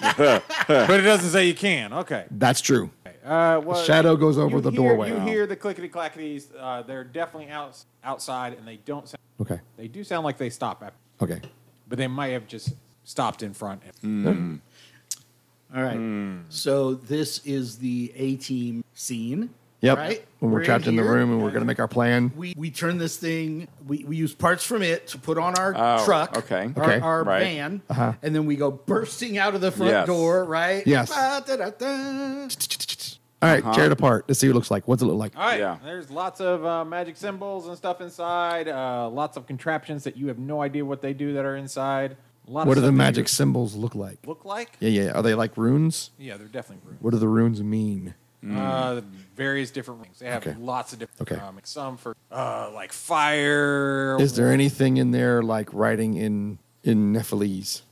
[SPEAKER 2] but it doesn't say you can. Okay.
[SPEAKER 5] That's true.
[SPEAKER 2] Uh, well,
[SPEAKER 5] shadow goes
[SPEAKER 2] you
[SPEAKER 5] over the
[SPEAKER 2] hear-
[SPEAKER 5] doorway.
[SPEAKER 2] You hear the clickety clackities. Uh, they're definitely out, outside, and they don't. Sound,
[SPEAKER 5] Okay.
[SPEAKER 2] they do sound like they stop, at,
[SPEAKER 5] Okay.
[SPEAKER 2] but they might have just stopped in front.
[SPEAKER 3] All right.
[SPEAKER 5] Mm.
[SPEAKER 3] So this is the A team scene.
[SPEAKER 5] Yep.
[SPEAKER 3] Right.
[SPEAKER 5] When we're,
[SPEAKER 3] in
[SPEAKER 5] trapped in, the
[SPEAKER 3] here.
[SPEAKER 5] room and we're going to make our plan.
[SPEAKER 3] we we turn this thing. We, we use parts from it to put on our
[SPEAKER 4] Oh,
[SPEAKER 3] truck,
[SPEAKER 4] okay.
[SPEAKER 3] our,
[SPEAKER 5] Okay. Uh-huh.
[SPEAKER 3] our
[SPEAKER 4] Right.
[SPEAKER 3] van, and then we go bursting out of the front
[SPEAKER 4] Yes.
[SPEAKER 3] door, right?
[SPEAKER 5] Yes.
[SPEAKER 3] Ba-da-da-da.
[SPEAKER 5] All right, tear it apart. Let's see what it looks like. What's it look like?
[SPEAKER 2] All right.
[SPEAKER 4] Yeah.
[SPEAKER 2] There's lots of uh, magic symbols and stuff inside. Uh, lots of contraptions that you have no idea what they do that are inside. A lot of
[SPEAKER 5] What do
[SPEAKER 2] stuff
[SPEAKER 5] the
[SPEAKER 2] in
[SPEAKER 5] magic
[SPEAKER 2] here
[SPEAKER 5] symbols look like?
[SPEAKER 2] look like?
[SPEAKER 5] Yeah, yeah. Are they like runes?
[SPEAKER 2] Yeah, they're definitely runes.
[SPEAKER 5] What do the runes mean?
[SPEAKER 2] Uh, various different rings. They have
[SPEAKER 5] Okay.
[SPEAKER 2] lots of different.
[SPEAKER 5] Okay.
[SPEAKER 2] Um, some for uh, like fire.
[SPEAKER 5] Is there anything in there like writing in in Nephalese?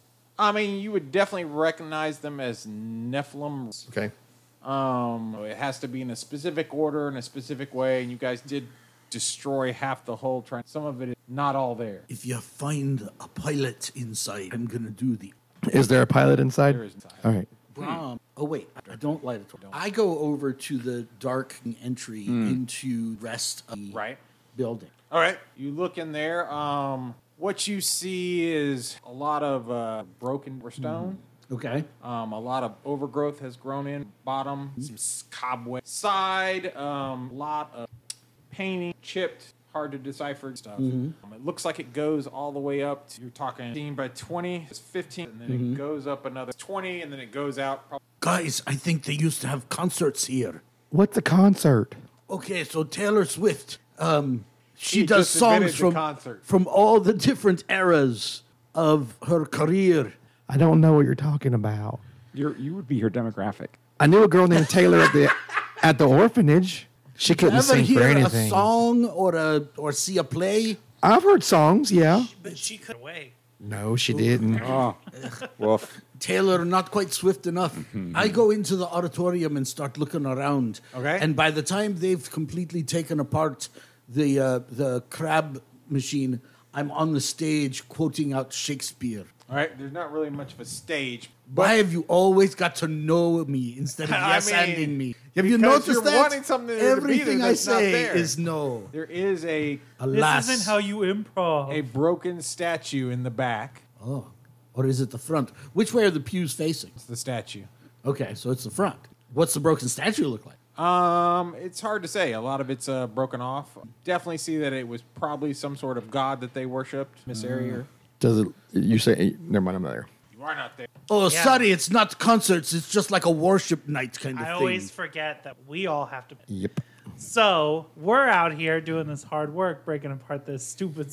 [SPEAKER 2] I mean, you would definitely recognize them as Nephilim.
[SPEAKER 5] Okay.
[SPEAKER 2] Um, it has to be in a specific order in a specific way, and you guys did destroy half the whole train. Some of it is not all there.
[SPEAKER 3] If you find a pilot inside, I'm gonna do the.
[SPEAKER 5] Is there a pilot inside?
[SPEAKER 2] There is inside.
[SPEAKER 5] All right.
[SPEAKER 3] Hmm.
[SPEAKER 7] Brom. Oh wait, I don't light a torch. I go over to the dark entry
[SPEAKER 3] Hmm.
[SPEAKER 7] into rest of the
[SPEAKER 2] Right.
[SPEAKER 7] building.
[SPEAKER 2] All right. You look in there. Um, what you see is a lot of uh, broken stone.
[SPEAKER 7] Okay.
[SPEAKER 3] Mm-hmm. Uh,
[SPEAKER 2] Um, a lot of overgrowth has grown in bottom, some s- cobweb side, um, lot of painting, chipped, hard to decipher stuff. Um, it looks like it goes all the way up. To, you're talking 15 by 20, it's 15, and then it goes up another 20, and then it goes out. Probably.
[SPEAKER 3] Guys, I think they used to have concerts here.
[SPEAKER 5] What's a concert?
[SPEAKER 3] Okay, so Taylor Swift, um, she
[SPEAKER 2] She
[SPEAKER 3] does
[SPEAKER 2] just invented
[SPEAKER 3] songs
[SPEAKER 2] the
[SPEAKER 3] from
[SPEAKER 2] concert.
[SPEAKER 3] from all the different eras of her career.
[SPEAKER 5] I don't know what you're talking about.
[SPEAKER 4] You're, you would be her demographic.
[SPEAKER 5] I knew a girl named Taylor
[SPEAKER 3] [LAUGHS]
[SPEAKER 5] at the at the orphanage. She couldn't
[SPEAKER 3] Ever
[SPEAKER 5] sing
[SPEAKER 3] hear
[SPEAKER 5] for
[SPEAKER 3] a
[SPEAKER 5] anything.
[SPEAKER 3] song or a or see a play?
[SPEAKER 5] I've heard songs, yeah.
[SPEAKER 6] But she could away.
[SPEAKER 5] No, she didn't.
[SPEAKER 4] Oh, woof.
[SPEAKER 3] Taylor, not quite swift enough.
[SPEAKER 2] Mm-hmm.
[SPEAKER 3] I go into the auditorium and start looking around.
[SPEAKER 2] Okay.
[SPEAKER 3] And by the time they've completely taken apart the uh, the crab machine, I'm on the stage quoting out Shakespeare.
[SPEAKER 2] All right. There's not really much of a stage.
[SPEAKER 3] Why have you always got to know me instead
[SPEAKER 2] [LAUGHS]
[SPEAKER 3] of
[SPEAKER 2] I
[SPEAKER 3] yes
[SPEAKER 2] mean,
[SPEAKER 3] anding me? Have you
[SPEAKER 2] because
[SPEAKER 3] noticed
[SPEAKER 2] you're
[SPEAKER 3] that?
[SPEAKER 2] wanting something to be there
[SPEAKER 3] Everything I
[SPEAKER 2] that's not
[SPEAKER 3] say
[SPEAKER 2] there.
[SPEAKER 3] is no.
[SPEAKER 2] There is a
[SPEAKER 6] This
[SPEAKER 3] Alas.
[SPEAKER 6] isn't how you improv.
[SPEAKER 2] a broken statue in the back.
[SPEAKER 3] oh, or is it the front? Which way are the pews facing?
[SPEAKER 2] It's the statue.
[SPEAKER 3] Okay, so it's the front. What's the broken statue look like?
[SPEAKER 2] Um, it's hard to say. A lot of it's uh, broken off. Definitely see that it was probably some sort of god that they worshipped. Miss Arier.
[SPEAKER 5] Does it? You say? Never mind. I'm not there.
[SPEAKER 2] You are not there.
[SPEAKER 3] Oh,
[SPEAKER 6] Yeah.
[SPEAKER 3] sorry, it's not concerts. It's just like a worship night kind of
[SPEAKER 6] I
[SPEAKER 3] thing.
[SPEAKER 6] always forget that we all have to.
[SPEAKER 5] Yep.
[SPEAKER 6] So we're out here doing this hard work, breaking apart this stupid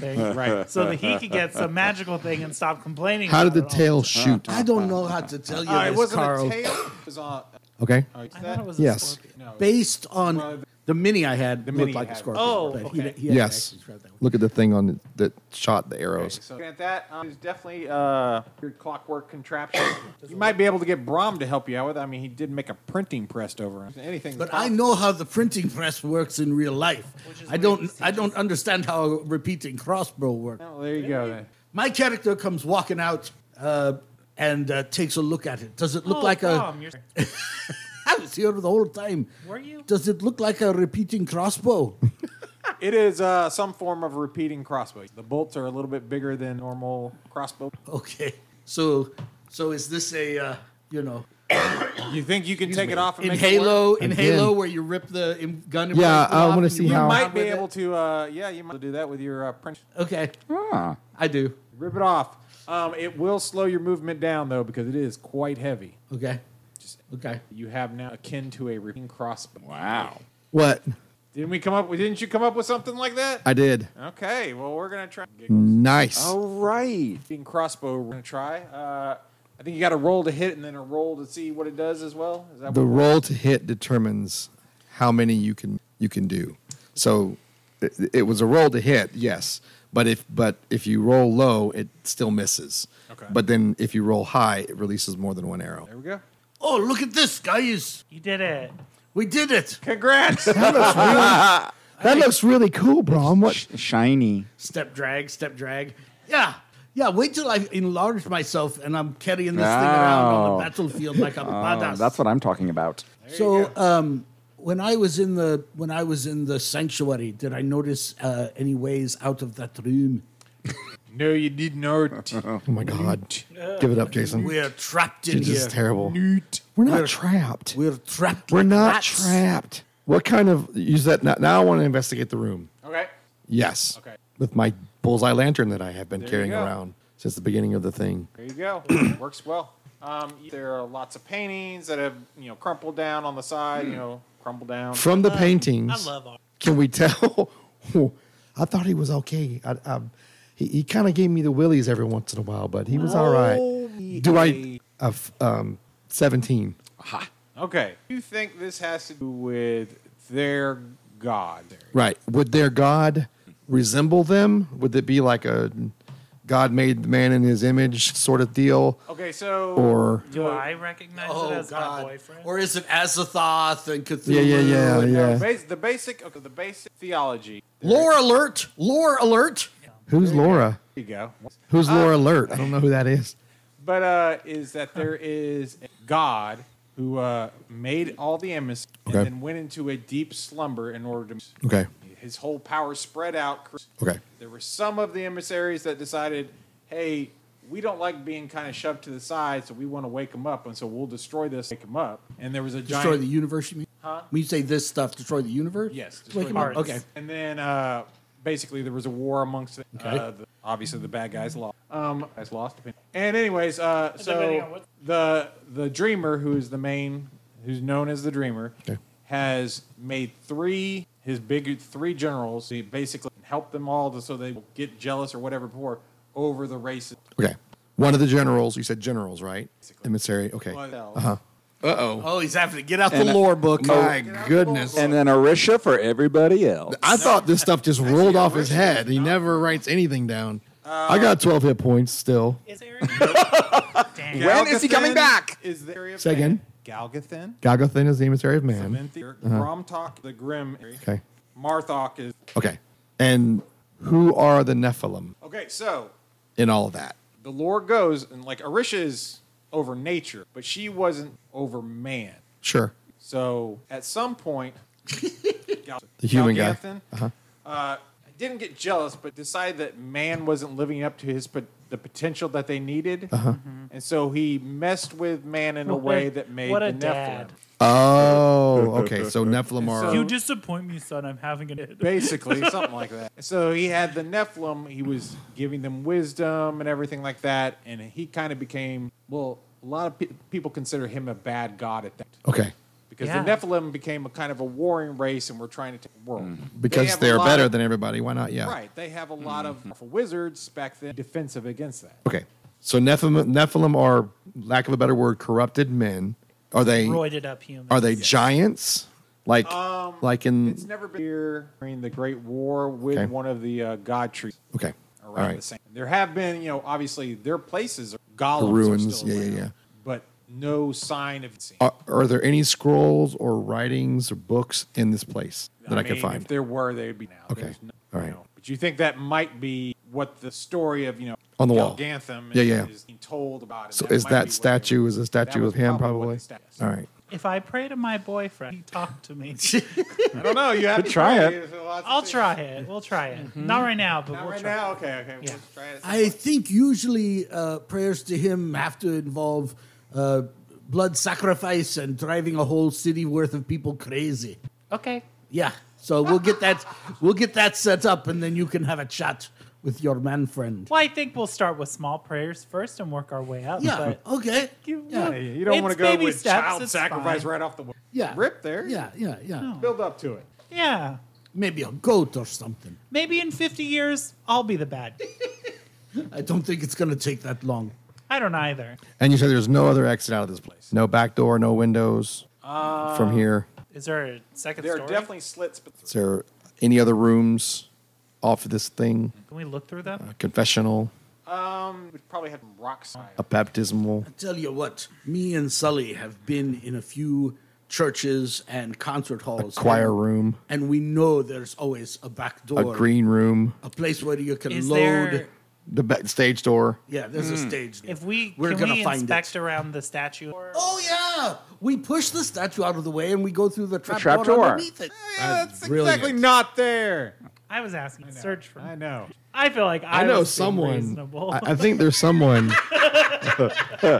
[SPEAKER 2] [LAUGHS]
[SPEAKER 6] thing, right? So that he could get some magical thing and stop complaining.
[SPEAKER 5] How did the
[SPEAKER 6] about it all.
[SPEAKER 5] tail shoot?
[SPEAKER 3] I don't know how to tell you
[SPEAKER 2] Uh, it
[SPEAKER 3] this,
[SPEAKER 2] wasn't
[SPEAKER 3] Carl.
[SPEAKER 2] a
[SPEAKER 3] [LAUGHS]
[SPEAKER 2] tail. It was on.
[SPEAKER 5] Okay.
[SPEAKER 2] Uh, is
[SPEAKER 6] I
[SPEAKER 2] that-
[SPEAKER 6] thought it was
[SPEAKER 5] Yes.
[SPEAKER 6] a scorpion.
[SPEAKER 2] no.
[SPEAKER 3] Based on
[SPEAKER 2] Well,
[SPEAKER 3] the mini I had,
[SPEAKER 2] The
[SPEAKER 3] looked
[SPEAKER 2] mini
[SPEAKER 3] like
[SPEAKER 2] you
[SPEAKER 3] a
[SPEAKER 2] had.
[SPEAKER 3] scorpion.
[SPEAKER 6] Oh,
[SPEAKER 3] but
[SPEAKER 6] okay.
[SPEAKER 3] he, he hadn't
[SPEAKER 5] Yes.
[SPEAKER 3] actually tried that one.
[SPEAKER 5] Look at the thing on the, that shot the arrows.
[SPEAKER 2] So looking at that, um, there's definitely uh, your clockwork contraption.
[SPEAKER 6] [COUGHS]
[SPEAKER 2] you might be able to get Brom to help you out with. it. I mean, he did make a printing press over him. Anything.
[SPEAKER 3] But I know how the printing press works in real life.
[SPEAKER 6] Which is
[SPEAKER 3] I
[SPEAKER 6] weird
[SPEAKER 3] don't.
[SPEAKER 6] to see.
[SPEAKER 3] I don't understand how a repeating crossbow works.
[SPEAKER 2] Oh, there you go. Then.
[SPEAKER 3] My character comes walking out uh, and uh, takes a look at it. Does it look
[SPEAKER 6] Oh,
[SPEAKER 3] like [LAUGHS]
[SPEAKER 6] Tom, you're-
[SPEAKER 3] a? I was here the whole time.
[SPEAKER 6] Were you?
[SPEAKER 3] Does it look like a repeating crossbow?
[SPEAKER 2] It is uh, some form of repeating crossbow. The bolts are a little bit bigger than normal crossbow.
[SPEAKER 3] okay. So, so is this a uh, you know
[SPEAKER 2] You think you can take it off and
[SPEAKER 3] in
[SPEAKER 2] make It work?
[SPEAKER 3] Halo in
[SPEAKER 5] Again.
[SPEAKER 3] Halo where you rip the im- gun?
[SPEAKER 5] Yeah,
[SPEAKER 3] emblazoned
[SPEAKER 5] I
[SPEAKER 3] off
[SPEAKER 5] wanna
[SPEAKER 3] and
[SPEAKER 5] see
[SPEAKER 3] you
[SPEAKER 5] how-
[SPEAKER 3] run
[SPEAKER 2] might
[SPEAKER 3] around
[SPEAKER 2] be
[SPEAKER 3] with
[SPEAKER 2] able
[SPEAKER 3] it?
[SPEAKER 2] to. Uh, yeah, you might do that with your uh, print.
[SPEAKER 3] Okay,
[SPEAKER 4] Ah.
[SPEAKER 3] I do.
[SPEAKER 2] Rip it off. Um, it will slow your movement down though because it is quite heavy.
[SPEAKER 3] Okay,
[SPEAKER 2] Just
[SPEAKER 3] okay.
[SPEAKER 2] you have now akin to a repeating crossbow.
[SPEAKER 4] Wow.
[SPEAKER 5] What?
[SPEAKER 2] Didn't we come up? with? Didn't you come up with something like that?
[SPEAKER 5] I did.
[SPEAKER 2] Okay. Well, we're gonna try.
[SPEAKER 5] Nice.
[SPEAKER 3] Oh,
[SPEAKER 4] All right.
[SPEAKER 2] Repeating crossbow. We're gonna try. Uh, I think you got a roll to hit and then a roll to see what it does as well. Is that
[SPEAKER 5] The
[SPEAKER 2] what
[SPEAKER 5] roll to hit determines how many you can you can do. So it, it was a roll to hit, yes. But if but if you roll low, it still misses.
[SPEAKER 2] Okay.
[SPEAKER 5] But then if you roll high, it releases more than one arrow.
[SPEAKER 2] There we go.
[SPEAKER 3] Oh, look at this, guys!
[SPEAKER 6] You did it.
[SPEAKER 3] We did it.
[SPEAKER 2] Congrats.
[SPEAKER 5] That looks really cool, Brom. What?
[SPEAKER 4] Shiny.
[SPEAKER 3] Step drag, step drag. Yeah. Yeah, wait till I enlarge myself and I'm carrying this thing around on
[SPEAKER 4] Wow.
[SPEAKER 3] the battlefield like a
[SPEAKER 4] Oh,
[SPEAKER 3] badass.
[SPEAKER 4] that's what I'm talking about.
[SPEAKER 3] so um, when I was in the when I was in the sanctuary, did I notice uh, any ways out of that room?
[SPEAKER 2] no, you did not.
[SPEAKER 5] Oh my God! Give it up, Jason.
[SPEAKER 3] We are trapped in
[SPEAKER 5] This is
[SPEAKER 3] here.
[SPEAKER 5] terrible. We're not trapped. We're,
[SPEAKER 3] We're trapped. like
[SPEAKER 5] not
[SPEAKER 3] rats.
[SPEAKER 5] trapped. What kind of use that now? Now I want to investigate the room.
[SPEAKER 2] Okay.
[SPEAKER 5] Yes.
[SPEAKER 2] Okay.
[SPEAKER 5] With my bullseye lantern that I have been
[SPEAKER 2] you
[SPEAKER 5] carrying
[SPEAKER 2] go.
[SPEAKER 5] around since the beginning of the thing.
[SPEAKER 2] There you [CLEARS THROAT] go. Works well. Um, there are lots of paintings that have you know crumpled down on the side. You know, crumpled down.
[SPEAKER 5] From the paintings,
[SPEAKER 6] I love art.
[SPEAKER 5] [LAUGHS] can we tell? I thought he was okay. I, I, he, he kind of gave me the willies every once in a while, but he was all right. Do I? Uh, f- um, Seventeen.
[SPEAKER 2] Okay. Do you think this has to do with their god?
[SPEAKER 5] Right. Would their God resemble them? Would it be like a God made the man in his image sort of deal?
[SPEAKER 2] Okay, so
[SPEAKER 5] Or
[SPEAKER 6] Do I recognize it as my boyfriend?
[SPEAKER 3] Oh, Or is it Azathoth and Cthulhu?
[SPEAKER 5] yeah, yeah, yeah,
[SPEAKER 3] and-
[SPEAKER 2] No,
[SPEAKER 5] yeah.
[SPEAKER 2] bas- the basic okay, the basic theology.
[SPEAKER 3] Lore alert! Lore alert!
[SPEAKER 5] Who's Laura?
[SPEAKER 2] There Uh, you go.
[SPEAKER 5] Who's Laura Lurt? I don't know who that is.
[SPEAKER 2] But uh, is that there is a God who uh, made all the emissaries
[SPEAKER 5] Okay.
[SPEAKER 2] and then went into a deep slumber in order to
[SPEAKER 5] Okay.
[SPEAKER 2] his whole power spread out.
[SPEAKER 5] Okay.
[SPEAKER 2] There were some of the emissaries that decided, hey, we don't like being kind of shoved to the side, so we want to wake them up, and so we'll destroy this, wake them up. And there was a giant.
[SPEAKER 3] Destroy the universe, you mean? Huh? When you say this stuff, destroy the universe?
[SPEAKER 2] Yes,
[SPEAKER 3] Destroy
[SPEAKER 2] destroy
[SPEAKER 3] the
[SPEAKER 6] the
[SPEAKER 3] Okay.
[SPEAKER 6] universe.
[SPEAKER 2] And then uh, basically there was a war amongst the, uh, the obviously the bad guys lost. Um, guys lost. And anyways, uh,
[SPEAKER 6] Depending on
[SPEAKER 2] so
[SPEAKER 6] what-
[SPEAKER 2] the the dreamer who is the main who's known as the dreamer
[SPEAKER 5] Okay.
[SPEAKER 2] has made three his big three generals. He basically helped them all to, so they will get jealous or whatever before over the races.
[SPEAKER 5] Okay. One of the generals. You said generals, right? Emissary. Okay. Uh oh.
[SPEAKER 3] Oh, he's having to get out
[SPEAKER 4] And,
[SPEAKER 3] the
[SPEAKER 4] uh,
[SPEAKER 3] lore book.
[SPEAKER 2] oh,
[SPEAKER 5] My
[SPEAKER 2] out the
[SPEAKER 5] goodness.
[SPEAKER 4] And then Orisha for everybody else.
[SPEAKER 5] I thought this stuff just rolled off his
[SPEAKER 2] Orisha
[SPEAKER 5] head. He never writes anything down.
[SPEAKER 2] Uh,
[SPEAKER 5] I got 12 hit points still.
[SPEAKER 6] Is there any-
[SPEAKER 2] [LAUGHS]
[SPEAKER 6] Dang.
[SPEAKER 4] When is he coming
[SPEAKER 2] Galgathin
[SPEAKER 4] back?
[SPEAKER 2] Is the area of
[SPEAKER 5] Say
[SPEAKER 2] man.
[SPEAKER 5] again?
[SPEAKER 2] Galgathin?
[SPEAKER 5] Gagathin is the emissary of man.
[SPEAKER 2] Menthir, Gromtok, the Grim.
[SPEAKER 5] Okay.
[SPEAKER 2] Marthok is
[SPEAKER 5] Okay. And who are the Nephilim
[SPEAKER 2] okay. So
[SPEAKER 5] in all of that?
[SPEAKER 2] the lore goes, and like Arisha is over nature, but she wasn't over man.
[SPEAKER 5] Sure.
[SPEAKER 2] So at some point, Gal-
[SPEAKER 5] The human guy. Uh-huh.
[SPEAKER 2] Galganthin, uh didn't get jealous, but decided that man wasn't living up to his pot- the potential that they needed,
[SPEAKER 5] Uh-huh.
[SPEAKER 2] and so he messed with man in a
[SPEAKER 6] What a-
[SPEAKER 2] way that made
[SPEAKER 6] what
[SPEAKER 2] the
[SPEAKER 6] a
[SPEAKER 2] Nephilim.
[SPEAKER 6] dad.
[SPEAKER 5] Oh, okay.
[SPEAKER 2] [LAUGHS]
[SPEAKER 5] So Nephilim are.
[SPEAKER 6] You disappoint me, son. I'm having an it.
[SPEAKER 2] basically
[SPEAKER 5] [LAUGHS]
[SPEAKER 2] something like that. So he had the Nephilim. He was giving them wisdom and everything like that, and he kind of became well. A lot of pe- people consider him a bad god at that
[SPEAKER 5] okay.
[SPEAKER 2] because the
[SPEAKER 6] Yeah.
[SPEAKER 2] Nephilim became a kind of a warring race, and we're trying to take the world
[SPEAKER 5] Mm. Because
[SPEAKER 2] have a
[SPEAKER 5] they are
[SPEAKER 2] lot
[SPEAKER 5] better
[SPEAKER 2] of-
[SPEAKER 5] than Mm. everybody. Why not? Yeah.
[SPEAKER 2] Right, they have a lot of powerful wizards back then defensive against that.
[SPEAKER 5] Okay. So Nephilim, Nephilim are, lack of a better word, corrupted men. Are they
[SPEAKER 6] Roided up humans.
[SPEAKER 5] are they giants? Like like
[SPEAKER 2] Um, It's
[SPEAKER 5] in
[SPEAKER 2] never been here during the Great War with
[SPEAKER 5] Okay.
[SPEAKER 2] one of the uh, god trees
[SPEAKER 5] okay. All
[SPEAKER 2] around the
[SPEAKER 5] right.
[SPEAKER 2] same. There have been, you know, obviously their places are golems are
[SPEAKER 5] Ruins,
[SPEAKER 2] still
[SPEAKER 5] yeah, yeah,
[SPEAKER 2] around,
[SPEAKER 5] yeah. Uh,
[SPEAKER 2] but no sign of seeing.
[SPEAKER 5] Are, are there any scrolls or writings or books in this place that I,
[SPEAKER 2] mean,
[SPEAKER 5] can find?
[SPEAKER 2] If there were, they'd be now.
[SPEAKER 5] Okay.
[SPEAKER 2] There's no-
[SPEAKER 5] All right.
[SPEAKER 2] you know. but you think that might be what the story of you know
[SPEAKER 5] On the wall.
[SPEAKER 2] Galganthum
[SPEAKER 5] Yeah, yeah.
[SPEAKER 2] is being told about. and
[SPEAKER 5] So
[SPEAKER 2] that
[SPEAKER 5] is
[SPEAKER 2] might be
[SPEAKER 5] that
[SPEAKER 2] what
[SPEAKER 5] statue
[SPEAKER 2] they-
[SPEAKER 5] is a statue
[SPEAKER 2] was
[SPEAKER 5] of him
[SPEAKER 2] probably what
[SPEAKER 5] probably?
[SPEAKER 2] the statue is.
[SPEAKER 5] All right.
[SPEAKER 6] If I pray to my boyfriend, he talk
[SPEAKER 5] [LAUGHS]
[SPEAKER 6] to me.
[SPEAKER 2] I don't know. You have to
[SPEAKER 4] try it.
[SPEAKER 2] There's a lot to
[SPEAKER 6] I'll
[SPEAKER 2] see.
[SPEAKER 6] try it. We'll try it.
[SPEAKER 3] Mm-hmm.
[SPEAKER 6] Not right now, but
[SPEAKER 2] Not
[SPEAKER 6] we'll
[SPEAKER 2] right
[SPEAKER 6] try.
[SPEAKER 2] now. Okay. Okay.
[SPEAKER 6] Yeah.
[SPEAKER 2] We'll try it.
[SPEAKER 3] I think usually uh, prayers to him have to involve uh, blood sacrifice and driving a whole city worth of people crazy.
[SPEAKER 6] Okay.
[SPEAKER 3] Yeah. So we'll get
[SPEAKER 6] [LAUGHS]
[SPEAKER 3] that we'll get that set up and then you can have a chat with your man friend.
[SPEAKER 6] Well, I think we'll start with small prayers first and work our way up.
[SPEAKER 3] Yeah.
[SPEAKER 6] But
[SPEAKER 3] Okay.
[SPEAKER 6] you,
[SPEAKER 3] Yeah.
[SPEAKER 2] Yeah, you don't
[SPEAKER 6] it's
[SPEAKER 2] want to go
[SPEAKER 6] baby
[SPEAKER 2] with
[SPEAKER 6] steps,
[SPEAKER 2] child
[SPEAKER 6] it's
[SPEAKER 2] sacrifice
[SPEAKER 6] fine.
[SPEAKER 2] right off the wa-
[SPEAKER 3] Yeah.
[SPEAKER 2] rip there.
[SPEAKER 3] Yeah, yeah, yeah.
[SPEAKER 2] Build up to it.
[SPEAKER 6] Yeah.
[SPEAKER 3] Maybe a goat or something.
[SPEAKER 6] Maybe in 50 years, I'll be the bad.
[SPEAKER 3] I don't think it's going to take that long.
[SPEAKER 6] I don't either.
[SPEAKER 5] And you said there's no other exit out of this place. No back door, no windows
[SPEAKER 2] Uh,
[SPEAKER 5] from here.
[SPEAKER 6] Is there a second
[SPEAKER 2] There are
[SPEAKER 6] story?
[SPEAKER 2] definitely slits, but
[SPEAKER 5] Is there any other rooms off of this thing?
[SPEAKER 6] Can we look through them?
[SPEAKER 5] A confessional,
[SPEAKER 2] we'd probably have rock sign.
[SPEAKER 5] a baptismal.
[SPEAKER 3] Tell you what, me and Sully have been in a few churches and concert halls.
[SPEAKER 5] choir
[SPEAKER 3] and,
[SPEAKER 5] room,
[SPEAKER 3] And we know there's always a back
[SPEAKER 5] a
[SPEAKER 3] door.
[SPEAKER 5] green room,
[SPEAKER 3] a place where you can
[SPEAKER 6] Is
[SPEAKER 3] load.
[SPEAKER 6] there? Hmm.
[SPEAKER 5] the back stage
[SPEAKER 2] [LAUGHS]
[SPEAKER 5] door.
[SPEAKER 3] Yeah, there's a stage.
[SPEAKER 6] If we
[SPEAKER 3] We're
[SPEAKER 6] can
[SPEAKER 3] gonna
[SPEAKER 6] we
[SPEAKER 3] find it.
[SPEAKER 6] inspect around the statue?
[SPEAKER 3] oh yeah, we push the statue out of the way and we go through the trap,
[SPEAKER 4] trap
[SPEAKER 3] door,
[SPEAKER 4] door.
[SPEAKER 3] underneath it.
[SPEAKER 2] Yeah, that's
[SPEAKER 5] brilliant.
[SPEAKER 2] exactly not there.
[SPEAKER 6] I was asking. Search for.
[SPEAKER 2] I
[SPEAKER 6] I,
[SPEAKER 2] know.
[SPEAKER 6] feel like I,
[SPEAKER 5] I know
[SPEAKER 6] was being
[SPEAKER 5] someone.
[SPEAKER 6] reasonable.
[SPEAKER 5] I, I think
[SPEAKER 2] [LAUGHS]
[SPEAKER 5] there's someone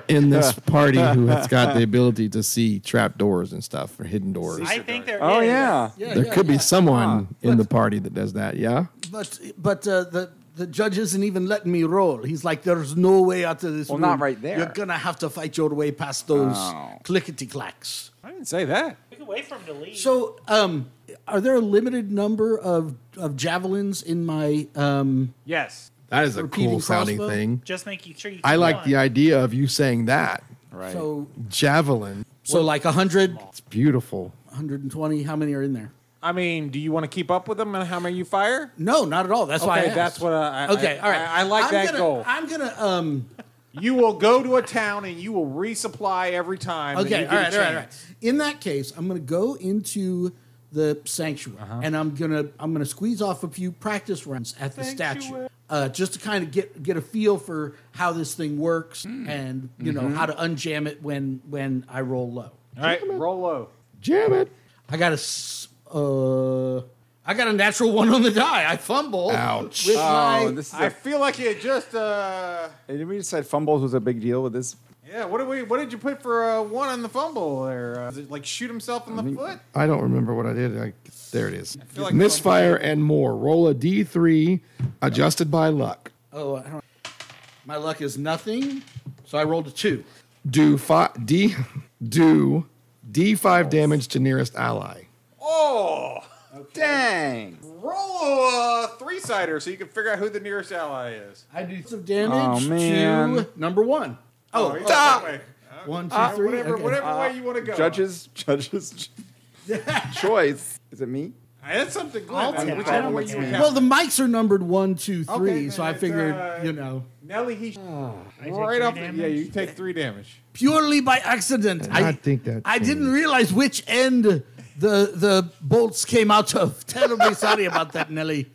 [SPEAKER 5] in this party who has got the ability to see trap doors and stuff or hidden doors.
[SPEAKER 6] [LAUGHS] I think there
[SPEAKER 4] Oh
[SPEAKER 6] is.
[SPEAKER 4] yeah.
[SPEAKER 3] Yeah,
[SPEAKER 5] there
[SPEAKER 3] yeah,
[SPEAKER 5] could be
[SPEAKER 3] yeah.
[SPEAKER 5] someone in the party that does that. Yeah.
[SPEAKER 3] But but uh, the the judge isn't even letting me roll. He's like, "There's no way out of this."
[SPEAKER 4] Well,
[SPEAKER 3] room.
[SPEAKER 4] not right there.
[SPEAKER 3] You're gonna have to fight your way past those
[SPEAKER 2] Oh.
[SPEAKER 3] clickety clacks.
[SPEAKER 2] I didn't say that.
[SPEAKER 6] We can wait for him to leave.
[SPEAKER 3] So, um, are there a limited number of of javelins in my um,
[SPEAKER 2] Yes.
[SPEAKER 5] That is a
[SPEAKER 3] Repeating
[SPEAKER 5] cool sounding
[SPEAKER 3] crossbow?
[SPEAKER 5] thing.
[SPEAKER 6] Just making sure you.
[SPEAKER 5] I
[SPEAKER 6] keep
[SPEAKER 5] like
[SPEAKER 6] going.
[SPEAKER 5] the idea of you saying that.
[SPEAKER 2] Right.
[SPEAKER 3] So,
[SPEAKER 5] Javelin.
[SPEAKER 3] so like 100,
[SPEAKER 5] It's beautiful.
[SPEAKER 3] 120, how many are in there?
[SPEAKER 2] I mean, do you want to keep up with them and how many you fire?
[SPEAKER 3] No, not at all. That's why I
[SPEAKER 2] Okay,
[SPEAKER 3] asked.
[SPEAKER 2] that's what I- I-
[SPEAKER 3] okay,
[SPEAKER 2] I-
[SPEAKER 3] all right.
[SPEAKER 2] I- I like
[SPEAKER 3] I'm
[SPEAKER 2] that
[SPEAKER 3] gonna-
[SPEAKER 2] goal.
[SPEAKER 3] I'm gonna um
[SPEAKER 2] You will go to a town and you will resupply every time. that
[SPEAKER 3] Okay,
[SPEAKER 2] you
[SPEAKER 3] all right,
[SPEAKER 2] get
[SPEAKER 3] all
[SPEAKER 2] a
[SPEAKER 3] right, all right.
[SPEAKER 2] chance.
[SPEAKER 3] In that case, I'm going to go into the sanctuary
[SPEAKER 4] Uh-huh.
[SPEAKER 3] and I'm going to I'm going to squeeze off a few practice runs at the statue.
[SPEAKER 6] Sanctuary.
[SPEAKER 3] Uh, just to kind of get get a feel for how this thing works
[SPEAKER 4] Hmm.
[SPEAKER 3] and you know
[SPEAKER 4] Mm-hmm.
[SPEAKER 3] how to unjam it when when I roll low.
[SPEAKER 2] All right, roll low.
[SPEAKER 5] Jam it.
[SPEAKER 3] I got a s- uh I got a natural one on the die. I fumble.
[SPEAKER 5] Ouch.
[SPEAKER 3] With
[SPEAKER 4] Oh,
[SPEAKER 3] my,
[SPEAKER 4] this is
[SPEAKER 2] I
[SPEAKER 4] a,
[SPEAKER 2] feel like it just uh
[SPEAKER 4] did we decide fumbles was a big deal with this?
[SPEAKER 2] yeah. What did we? What did you put for uh, one on the fumble there? Uh, is it like shoot himself in the foot?
[SPEAKER 5] I don't remember what I did. I, there it is.
[SPEAKER 2] feel like-
[SPEAKER 5] Misfire and more. Roll a d3 adjusted by luck.
[SPEAKER 3] oh, I don't, my luck is nothing. So I rolled a 2.
[SPEAKER 5] Do five d [LAUGHS] do d5 damage to nearest ally.
[SPEAKER 2] Oh,
[SPEAKER 4] Dang.
[SPEAKER 2] roll a three sider so you can figure out who the nearest ally is.
[SPEAKER 3] I do some damage
[SPEAKER 4] Oh, man.
[SPEAKER 3] to number 1.
[SPEAKER 2] Oh, yeah, that way.
[SPEAKER 3] One, two,
[SPEAKER 2] Uh,
[SPEAKER 3] three,
[SPEAKER 2] whatever,
[SPEAKER 3] okay.
[SPEAKER 2] whatever way you want to go.
[SPEAKER 4] Judges, judges, [LAUGHS] choice. Is it me?
[SPEAKER 2] That's something Glenn.
[SPEAKER 6] I'll take
[SPEAKER 2] which
[SPEAKER 6] it.
[SPEAKER 2] one would you
[SPEAKER 3] Well,
[SPEAKER 2] have?
[SPEAKER 3] the mics are numbered one, two, three,
[SPEAKER 2] Okay,
[SPEAKER 3] so
[SPEAKER 2] then
[SPEAKER 3] I
[SPEAKER 2] it's,
[SPEAKER 3] figured,
[SPEAKER 2] uh,
[SPEAKER 3] you know,
[SPEAKER 2] Nelly, he
[SPEAKER 6] Oh, take
[SPEAKER 2] right
[SPEAKER 6] three
[SPEAKER 2] off. The,
[SPEAKER 6] damage?
[SPEAKER 2] yeah, you take three damage.
[SPEAKER 3] purely by accident.
[SPEAKER 5] I think that
[SPEAKER 3] I didn't realize which end the the bolts came out of. [LAUGHS] Terribly sorry about that, Nelly.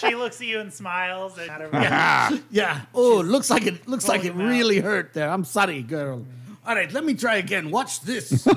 [SPEAKER 6] She looks at you and smiles. And [LAUGHS]
[SPEAKER 3] Yeah. Oh, looks like it looks like it
[SPEAKER 6] Holy
[SPEAKER 3] really hurt there. I'm sorry, girl. All right, let me try again. Watch
[SPEAKER 5] [LAUGHS]
[SPEAKER 3] this.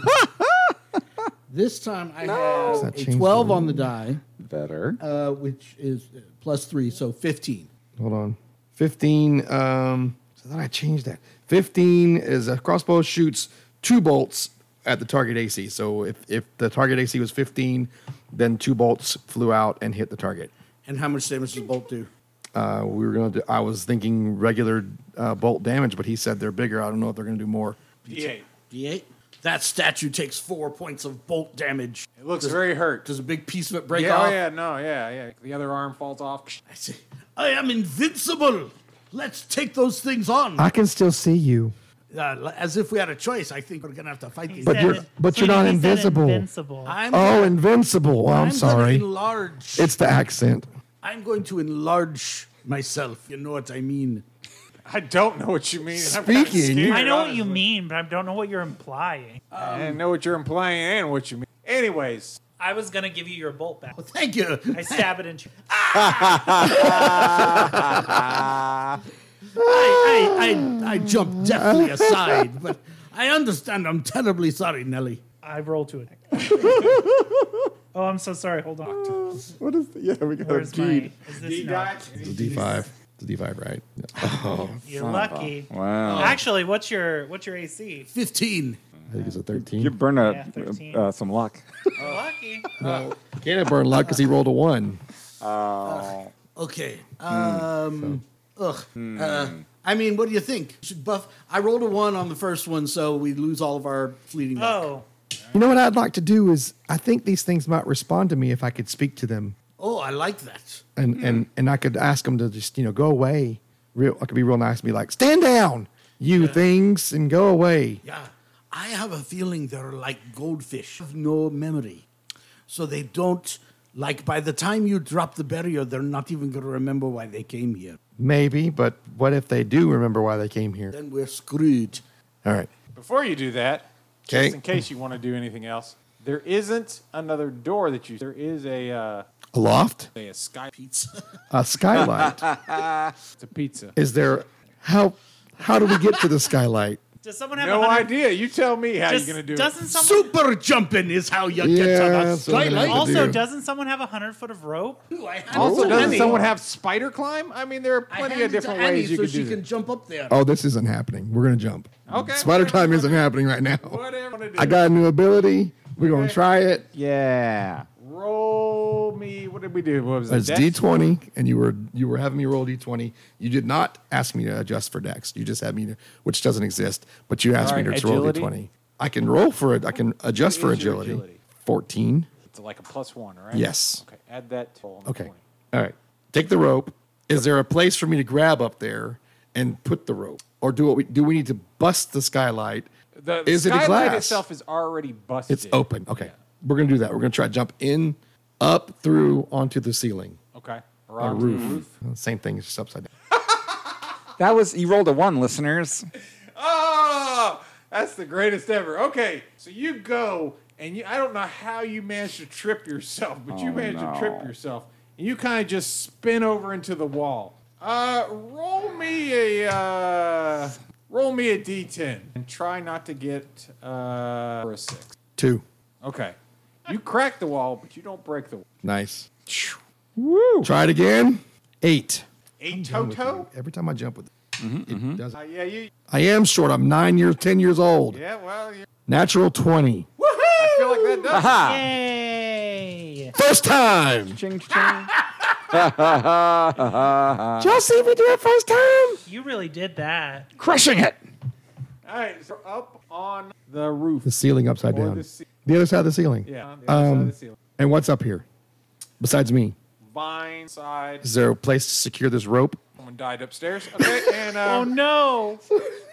[SPEAKER 3] this time I
[SPEAKER 5] Does that
[SPEAKER 3] have a
[SPEAKER 5] change the
[SPEAKER 3] 12 on the die,
[SPEAKER 4] Better.
[SPEAKER 3] uh, which is uh, plus 3, so 15.
[SPEAKER 5] Hold on. 15. Um, so then I changed that. 15 is a crossbow shoots two bolts at the target AC. So if, if the target AC was 15, then two bolts flew out and hit the target.
[SPEAKER 3] And how much damage does the bolt do?
[SPEAKER 5] Uh, we were going to do, I was thinking regular uh, bolt damage, but he said they're bigger. I don't know if they're going to do more.
[SPEAKER 2] Yeah,
[SPEAKER 3] D8. That statue takes 4 points of bolt damage.
[SPEAKER 2] it looks very hurt.
[SPEAKER 3] Does a big piece of it break
[SPEAKER 2] Yeah,
[SPEAKER 3] off?
[SPEAKER 2] oh, yeah, no, yeah, yeah. The other arm falls off. [LAUGHS]
[SPEAKER 3] I say, I am invincible. Let's take those things on. Uh,
[SPEAKER 5] can still see you.
[SPEAKER 3] l- as if we had a choice, I think we're gonna have to fight these.
[SPEAKER 5] But
[SPEAKER 3] guys.
[SPEAKER 5] you're- but you're not invisible.
[SPEAKER 6] invincible.
[SPEAKER 3] I'm
[SPEAKER 5] Oh,
[SPEAKER 3] gonna-
[SPEAKER 5] invincible. I'm,
[SPEAKER 3] I'm
[SPEAKER 5] sorry.
[SPEAKER 3] Gonna enlarge.
[SPEAKER 5] it's the accent.
[SPEAKER 3] I'm going to enlarge myself. You know what I mean?
[SPEAKER 2] I don't know what you mean. I'm kinda
[SPEAKER 5] Speaking-
[SPEAKER 2] scared,
[SPEAKER 6] [LAUGHS] I know what you
[SPEAKER 2] honestly.
[SPEAKER 6] mean, but I don't know what you're implying.
[SPEAKER 2] I know what you're implying and what you mean. Anyways,
[SPEAKER 6] I was gonna give you your bolt back.
[SPEAKER 3] Well, thank
[SPEAKER 5] [LAUGHS]
[SPEAKER 3] you.
[SPEAKER 6] I stab it in. you.
[SPEAKER 3] I, I, I, I jumped
[SPEAKER 5] [LAUGHS]
[SPEAKER 3] deftly aside, but I understand. I'm terribly sorry, Nelly.
[SPEAKER 6] I roll to it.
[SPEAKER 3] [LAUGHS]
[SPEAKER 6] oh, I'm so sorry. Hold
[SPEAKER 3] Oh,
[SPEAKER 6] on.
[SPEAKER 4] What is? Yeah, we got
[SPEAKER 6] Where's
[SPEAKER 4] a dude.
[SPEAKER 6] my? Is
[SPEAKER 2] D
[SPEAKER 6] this
[SPEAKER 2] dot.
[SPEAKER 6] not?
[SPEAKER 5] It's a D5. It's a D5, right? Oh,
[SPEAKER 6] You're lucky.
[SPEAKER 4] Wow.
[SPEAKER 6] Actually, what's your what's your AC?
[SPEAKER 3] Fifteen.
[SPEAKER 5] I think it's a 13.
[SPEAKER 4] You burn a,
[SPEAKER 6] Yeah, 13.
[SPEAKER 4] uh, some luck.
[SPEAKER 6] Oh. lucky.
[SPEAKER 3] Uh,
[SPEAKER 5] No, can't have burned luck because he rolled a one.
[SPEAKER 3] Okay.
[SPEAKER 2] Hmm,
[SPEAKER 3] Um. Ugh. Uh, I mean, what do you think? Should buff? I rolled a one on the first one, so we lose all of our fleeting. luck.
[SPEAKER 6] Oh,
[SPEAKER 5] You know what I'd like to do is I think these things might respond to me if I could speak to them,
[SPEAKER 3] Oh, I like that.
[SPEAKER 5] and and and I could ask them to just you know go away. Real, I could be real nice and be like, stand down, you things, and go away.
[SPEAKER 3] Yeah. I have a feeling they're like goldfish, have no memory. So they don't, like, by the time you drop the barrier, they're not even going to remember why they came here.
[SPEAKER 5] Maybe, but what if they do remember why they came here?
[SPEAKER 3] Then we're screwed.
[SPEAKER 5] All right,
[SPEAKER 2] Before you do that,
[SPEAKER 5] Okay.
[SPEAKER 2] just in case you want to do anything else, there isn't another door that you. There is a uh,
[SPEAKER 5] a loft,
[SPEAKER 2] a a sky [LAUGHS] pizza.
[SPEAKER 5] a skylight.
[SPEAKER 2] It's a
[SPEAKER 6] [LAUGHS]
[SPEAKER 2] pizza.
[SPEAKER 5] Is there how how do we get
[SPEAKER 2] [LAUGHS]
[SPEAKER 5] to the skylight?
[SPEAKER 6] does someone have
[SPEAKER 2] No
[SPEAKER 6] 100
[SPEAKER 2] idea. You tell me how
[SPEAKER 6] Just,
[SPEAKER 2] you're gonna do
[SPEAKER 6] doesn't
[SPEAKER 2] it.
[SPEAKER 6] someone
[SPEAKER 3] Super jumping is how you get to the
[SPEAKER 5] Yeah, that's what I'm gonna
[SPEAKER 3] skylight.
[SPEAKER 5] have to
[SPEAKER 6] also
[SPEAKER 5] do.
[SPEAKER 6] doesn't someone have a hundred foot of rope?
[SPEAKER 2] Also,
[SPEAKER 3] Ooh.
[SPEAKER 2] doesn't
[SPEAKER 3] Annie.
[SPEAKER 2] someone have spider climb? I mean, there are
[SPEAKER 3] I
[SPEAKER 2] plenty
[SPEAKER 3] handed
[SPEAKER 2] of
[SPEAKER 3] to
[SPEAKER 2] different
[SPEAKER 3] Annie
[SPEAKER 2] ways you
[SPEAKER 3] so
[SPEAKER 2] could
[SPEAKER 3] she
[SPEAKER 2] do
[SPEAKER 3] can
[SPEAKER 2] this.
[SPEAKER 3] jump up there.
[SPEAKER 5] Oh, this isn't happening. We're gonna jump.
[SPEAKER 2] Okay.
[SPEAKER 5] Spider time isn't happening right now.
[SPEAKER 2] Whatever to do.
[SPEAKER 5] I got a new ability. We're gonna try it.
[SPEAKER 4] Yeah.
[SPEAKER 2] Roll me. What did we do? What was it?
[SPEAKER 5] It's
[SPEAKER 2] Dex?
[SPEAKER 5] D twenty, and you were you were having me roll D twenty. You did not ask me to adjust for dex. You just had me to, which doesn't exist. But you asked
[SPEAKER 2] All
[SPEAKER 5] me
[SPEAKER 2] right,
[SPEAKER 5] to roll D
[SPEAKER 2] agility.
[SPEAKER 5] twenty. I can roll for it. I can adjust
[SPEAKER 2] What
[SPEAKER 5] for
[SPEAKER 2] is your
[SPEAKER 5] agility.
[SPEAKER 2] agility?
[SPEAKER 5] Fourteen.
[SPEAKER 2] It's like a plus one, right?
[SPEAKER 5] Yes.
[SPEAKER 2] Okay. Add that. To all the
[SPEAKER 5] Okay.
[SPEAKER 2] point.
[SPEAKER 5] All right. Take the rope. Is there a place for me to grab up there and put the rope, or do what we do? We need to bust the skylight.
[SPEAKER 2] The
[SPEAKER 5] is it a
[SPEAKER 2] skylight
[SPEAKER 5] glass?
[SPEAKER 2] itself is already busted.
[SPEAKER 5] It's open. Okay, we're gonna do that. We're gonna try to jump in, up through onto the ceiling.
[SPEAKER 2] Okay. Or
[SPEAKER 5] Or
[SPEAKER 2] onto the
[SPEAKER 5] roof. Same thing, it's just upside down.
[SPEAKER 4] That was you rolled a one, listeners.
[SPEAKER 2] Oh, that's the greatest ever. Okay, so you go and you, I don't know how you managed to trip yourself, but
[SPEAKER 5] Oh,
[SPEAKER 2] you managed to trip yourself, and you kind of just spin over into the wall. Uh, roll me a uh, roll me a d10 and try not to get uh or a six.
[SPEAKER 5] Two.
[SPEAKER 2] Okay, you crack the wall, but you don't break the wall.
[SPEAKER 5] Nice. Woo. Try it again. Eight.
[SPEAKER 2] Eight
[SPEAKER 5] I'm with
[SPEAKER 2] toto.
[SPEAKER 5] you. Every time I jump with it, it does
[SPEAKER 2] Uh,
[SPEAKER 5] it.
[SPEAKER 2] yeah, you.
[SPEAKER 5] I am short. I'm nine years, ten years old.
[SPEAKER 2] Yeah, well, you
[SPEAKER 5] Natural twenty.
[SPEAKER 2] I feel like that does. it.
[SPEAKER 4] Aha!
[SPEAKER 6] Yay!
[SPEAKER 5] First time.
[SPEAKER 4] Ching ching.
[SPEAKER 5] Just see me do it first time.
[SPEAKER 6] You really did that.
[SPEAKER 4] Crushing it.
[SPEAKER 2] All right, so up on the roof.
[SPEAKER 5] The ceiling upside
[SPEAKER 2] Or
[SPEAKER 5] down. Um,
[SPEAKER 2] the
[SPEAKER 5] The,
[SPEAKER 2] ce-
[SPEAKER 5] other side of the ceiling.
[SPEAKER 2] Yeah, on the other side of the ceiling.
[SPEAKER 5] And what's up here? Besides me,
[SPEAKER 2] Vine side.
[SPEAKER 5] is there a place to secure this rope?
[SPEAKER 2] Someone died upstairs. Okay, and uh,
[SPEAKER 6] Oh no!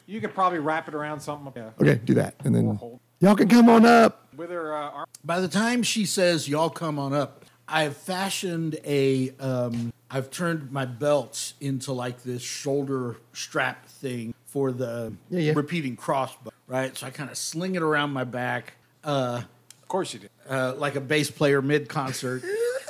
[SPEAKER 2] you could probably wrap it around something. Yeah.
[SPEAKER 5] Okay, do that, and
[SPEAKER 2] Or
[SPEAKER 5] then
[SPEAKER 2] hold.
[SPEAKER 5] y'all can come on up.
[SPEAKER 2] With her uh, arm.
[SPEAKER 3] By the time she says, "Y'all come on up," I've fashioned a. Um, I've turned my belt into like this shoulder strap thing for the
[SPEAKER 5] Yeah, yeah.
[SPEAKER 3] repeating crossbow, right? So I kind of sling it around my back, uh,
[SPEAKER 2] Of course you did.
[SPEAKER 3] uh, like a bass player mid
[SPEAKER 5] [LAUGHS]
[SPEAKER 3] concert,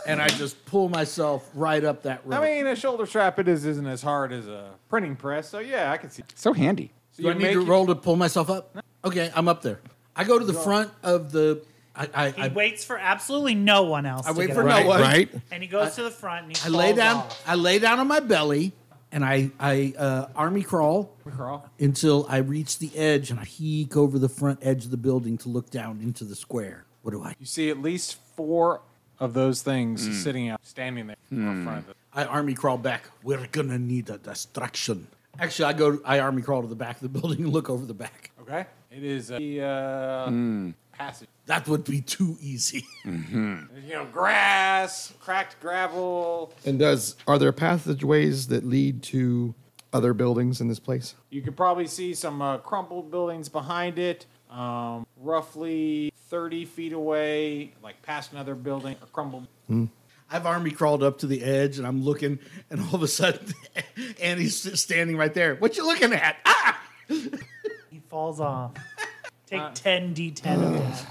[SPEAKER 3] and I just pull myself right up that rope.
[SPEAKER 2] I mean, a shoulder strap it is isn't as hard as a printing press, so yeah, I can see.
[SPEAKER 4] So handy.
[SPEAKER 2] So
[SPEAKER 3] Do I need
[SPEAKER 2] make
[SPEAKER 3] to
[SPEAKER 2] it-
[SPEAKER 3] roll to pull myself up? Okay, I'm up there. I go to the front of the. I, I,
[SPEAKER 6] He
[SPEAKER 3] I,
[SPEAKER 6] waits for absolutely no one else.
[SPEAKER 3] I
[SPEAKER 6] to
[SPEAKER 3] wait
[SPEAKER 6] get
[SPEAKER 3] for
[SPEAKER 6] up.
[SPEAKER 3] no one.
[SPEAKER 5] Right.
[SPEAKER 6] And he goes to the front and he
[SPEAKER 3] I lay
[SPEAKER 6] falls
[SPEAKER 3] down.
[SPEAKER 6] off.
[SPEAKER 3] I lay down on my belly, and I I uh, army crawl
[SPEAKER 2] Crawl.
[SPEAKER 3] until I reach the edge, and I peek over the front edge of the building to look down into the square. What do I?
[SPEAKER 2] You see at least four of those things sitting out, standing there in front of it.
[SPEAKER 3] I army crawl back. We're gonna need a distraction. Actually, I go. I army crawl to the back of the [LAUGHS] building and look over the back.
[SPEAKER 2] Okay, it is uh, the uh, passage.
[SPEAKER 3] That would be too easy. [LAUGHS]
[SPEAKER 2] You know, grass, cracked gravel.
[SPEAKER 5] And does are there passageways that lead to other buildings in this place?
[SPEAKER 2] You could probably see some uh, crumpled buildings behind it. Um, roughly 30 feet away, like past another building, a crumbled.
[SPEAKER 3] I've army crawled up to the edge and I'm looking, and all of a sudden, [LAUGHS] Annie's s- standing right there. What you looking at? Ah!
[SPEAKER 6] He falls [LAUGHS] off. Take 10 d10 of that.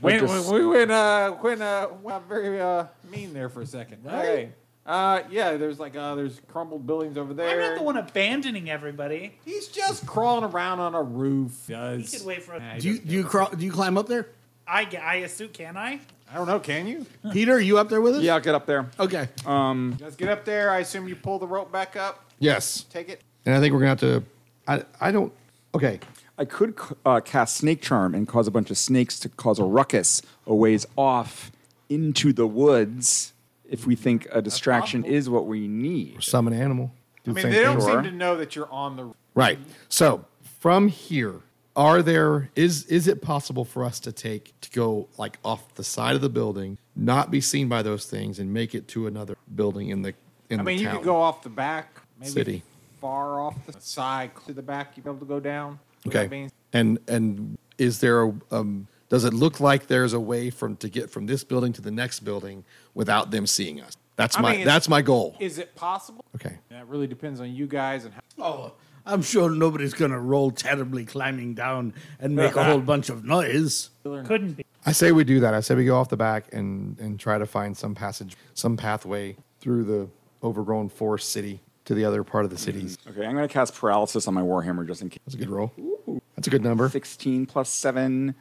[SPEAKER 2] When,
[SPEAKER 5] Like this-
[SPEAKER 2] when- we went, uh, when, uh, went very uh, mean there for a second. Okay. Uh, yeah, there's like uh, there's crumbled buildings over
[SPEAKER 6] I'm
[SPEAKER 2] there.
[SPEAKER 6] not the one abandoning everybody.
[SPEAKER 2] He's just crawling around on a roof. Does
[SPEAKER 6] He could wait for a-
[SPEAKER 2] Nah,
[SPEAKER 3] Do you
[SPEAKER 2] doesn't
[SPEAKER 3] do you, crawl, do you climb up there?
[SPEAKER 6] I, g- I assume, can I?
[SPEAKER 2] care. I don't know. Can you?
[SPEAKER 3] Peter, are you up there with us?
[SPEAKER 4] Yeah, I'll get up there.
[SPEAKER 3] Okay.
[SPEAKER 2] You guys get up there. I assume you pull the rope back up.
[SPEAKER 5] Yes.
[SPEAKER 2] Take it.
[SPEAKER 5] And I think we're gonna have to. I I don't. Okay.
[SPEAKER 4] I could c- uh, cast Snake Charm and cause a bunch of snakes to cause a ruckus a ways off into the woods if we think a distraction is what we need.
[SPEAKER 5] Summon animal. Do
[SPEAKER 2] I
[SPEAKER 5] the
[SPEAKER 2] mean,
[SPEAKER 5] same
[SPEAKER 2] they don't
[SPEAKER 5] thing.
[SPEAKER 2] seem
[SPEAKER 4] Sure.
[SPEAKER 2] to know that you're on the.
[SPEAKER 5] Right. So from here, are there is is it possible for us to take to go like off the side of the building, not be seen by those things, and make it to another building in the in
[SPEAKER 2] I mean,
[SPEAKER 5] the
[SPEAKER 2] you
[SPEAKER 5] town?
[SPEAKER 2] could go off the back, maybe
[SPEAKER 5] City.
[SPEAKER 2] far off the side to the back. You'd be able to go down.
[SPEAKER 5] Okay.
[SPEAKER 2] That means-
[SPEAKER 5] and and is there a um, does it look like there's a way from to get from this building to the next building without them seeing us? That's
[SPEAKER 2] I
[SPEAKER 5] my
[SPEAKER 2] mean, it's-
[SPEAKER 5] that's my goal.
[SPEAKER 2] Is it possible?
[SPEAKER 5] okay.
[SPEAKER 2] That really depends on you guys and how.
[SPEAKER 3] Oh, I'm sure nobody's gonna roll terribly climbing down and make a [LAUGHS] whole bunch of noise.
[SPEAKER 6] Couldn't be.
[SPEAKER 5] I say we do that. I say we go off the back and and try to find some passage, some pathway through the overgrown forest city to the other part of the cities.
[SPEAKER 4] Okay, I'm going to cast Paralysis on my Warhammer just in case.
[SPEAKER 5] That's a good roll. That's a good number.
[SPEAKER 4] 16 plus 7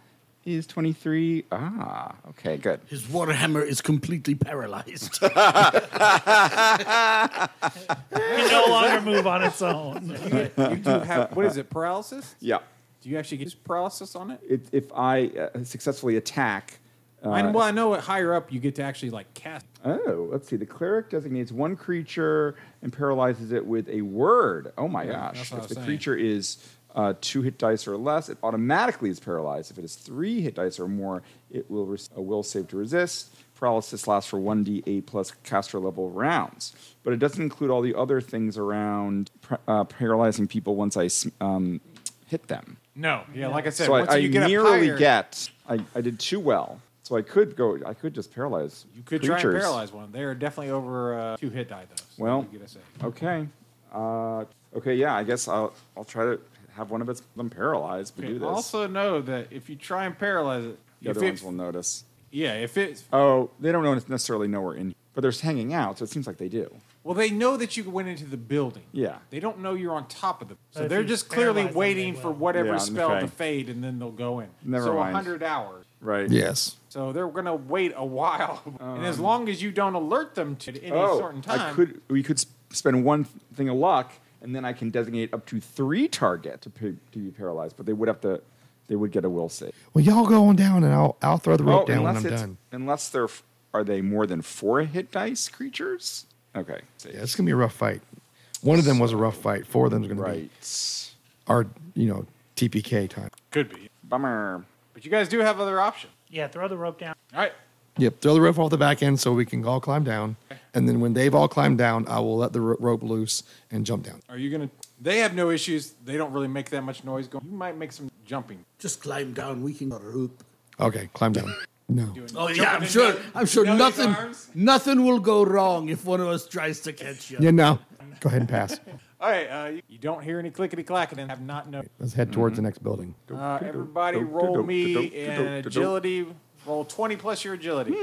[SPEAKER 4] is 23. Ah, okay, good.
[SPEAKER 3] His warhammer is completely paralyzed. [LAUGHS]
[SPEAKER 6] Can [LAUGHS] no longer move on its [LAUGHS] own.
[SPEAKER 4] Uh,
[SPEAKER 2] You do have what is it? Paralysis?
[SPEAKER 4] Yeah.
[SPEAKER 2] Do you actually get paralysis on it?
[SPEAKER 4] It, if I uh, successfully attack. Uh,
[SPEAKER 2] I, well, I know it higher up you get to actually like cast.
[SPEAKER 4] oh, let's see. The cleric designates one creature and paralyzes it with a word. Oh my gosh.
[SPEAKER 2] that's what I
[SPEAKER 4] If
[SPEAKER 2] was
[SPEAKER 4] the
[SPEAKER 2] saying.
[SPEAKER 4] creature is uh, two hit dice or less, it automatically is paralyzed. If it is three hit dice or more, it will res- a will save to resist. Paralysis lasts for 1d8 plus caster level rounds, but it doesn't include all the other things around par- uh, paralyzing people once I s- um, hit them.
[SPEAKER 2] No, yeah, like I said,
[SPEAKER 4] So
[SPEAKER 2] once
[SPEAKER 4] I, I
[SPEAKER 2] you get up
[SPEAKER 4] nearly
[SPEAKER 2] higher,
[SPEAKER 4] get. I, I did too well, so I could go. I could just paralyze.
[SPEAKER 2] You could
[SPEAKER 4] creatures.
[SPEAKER 2] try and paralyze one. They are definitely over uh, two hit die though. so
[SPEAKER 4] Well,
[SPEAKER 2] you get a save.
[SPEAKER 4] okay, uh, okay, yeah. I guess I'll I'll try to have one of its, them paralyzed. We
[SPEAKER 2] Okay,
[SPEAKER 4] do this.
[SPEAKER 2] Also know that if you try and paralyze it,
[SPEAKER 4] the
[SPEAKER 2] if
[SPEAKER 4] other ones
[SPEAKER 2] it-
[SPEAKER 4] will notice.
[SPEAKER 2] yeah, if it's
[SPEAKER 4] Oh, they don't know- necessarily know we're in, but they're hanging out, so it seems like they do.
[SPEAKER 2] well, they know that you went into the building.
[SPEAKER 4] Yeah.
[SPEAKER 2] they don't know you're on top of them,
[SPEAKER 6] But
[SPEAKER 2] so
[SPEAKER 6] if
[SPEAKER 2] they're
[SPEAKER 6] you
[SPEAKER 2] just clearly
[SPEAKER 6] paralyze them, they
[SPEAKER 2] waiting for
[SPEAKER 6] will.
[SPEAKER 2] whatever
[SPEAKER 4] Yeah,
[SPEAKER 2] spell
[SPEAKER 4] okay.
[SPEAKER 2] to fade, and then they'll go in.
[SPEAKER 4] Never
[SPEAKER 2] so
[SPEAKER 4] mind.
[SPEAKER 2] hundred hours.
[SPEAKER 4] Right.
[SPEAKER 5] Yes.
[SPEAKER 2] So they're gonna wait a while, [LAUGHS] and as long as you don't alert them to it at any
[SPEAKER 4] Um. oh,
[SPEAKER 2] certain time,
[SPEAKER 4] I could. We could s- spend one th- thing of luck, and then I can designate up to three target to, pa- to be paralyzed. But they would have to. They would get a will save.
[SPEAKER 5] Well, y'all go on down, and I'll I'll throw the rope down when I'm
[SPEAKER 4] it's-
[SPEAKER 5] done.
[SPEAKER 4] unless they're f- are they more than four hit dice creatures? Okay. save.
[SPEAKER 5] Yeah, it's gonna be a rough fight. One of them was a rough fight. Four of them's gonna be
[SPEAKER 4] Right.
[SPEAKER 5] our you know TPK time.
[SPEAKER 2] could be.
[SPEAKER 4] Bummer.
[SPEAKER 2] But you guys do have other options.
[SPEAKER 6] Yeah, throw the rope down.
[SPEAKER 2] All right.
[SPEAKER 5] Yep. Throw the rope off the back end so we can all climb down, and then when they've all climbed down, I will let the ro- rope loose and jump down.
[SPEAKER 2] Are you gonna? They have no issues. They don't really make that much noise. Going. You might make some jumping.
[SPEAKER 3] Just climb down. We can hoop.
[SPEAKER 5] Okay, climb down. No.
[SPEAKER 3] Oh
[SPEAKER 2] Jumping
[SPEAKER 3] yeah, I'm
[SPEAKER 2] in
[SPEAKER 3] sure.
[SPEAKER 2] the-
[SPEAKER 3] I'm sure
[SPEAKER 2] Nelly's
[SPEAKER 3] nothing.
[SPEAKER 2] arms?
[SPEAKER 3] Nothing will go wrong if one of us tries to catch you.
[SPEAKER 5] Yeah, no. Go ahead and pass.
[SPEAKER 2] All right. Uh, you, you don't hear any clickety clacking and have not noticed.
[SPEAKER 5] Let's head towards the next building.
[SPEAKER 2] Uh, everybody, roll me an agility. Roll twenty plus your agility.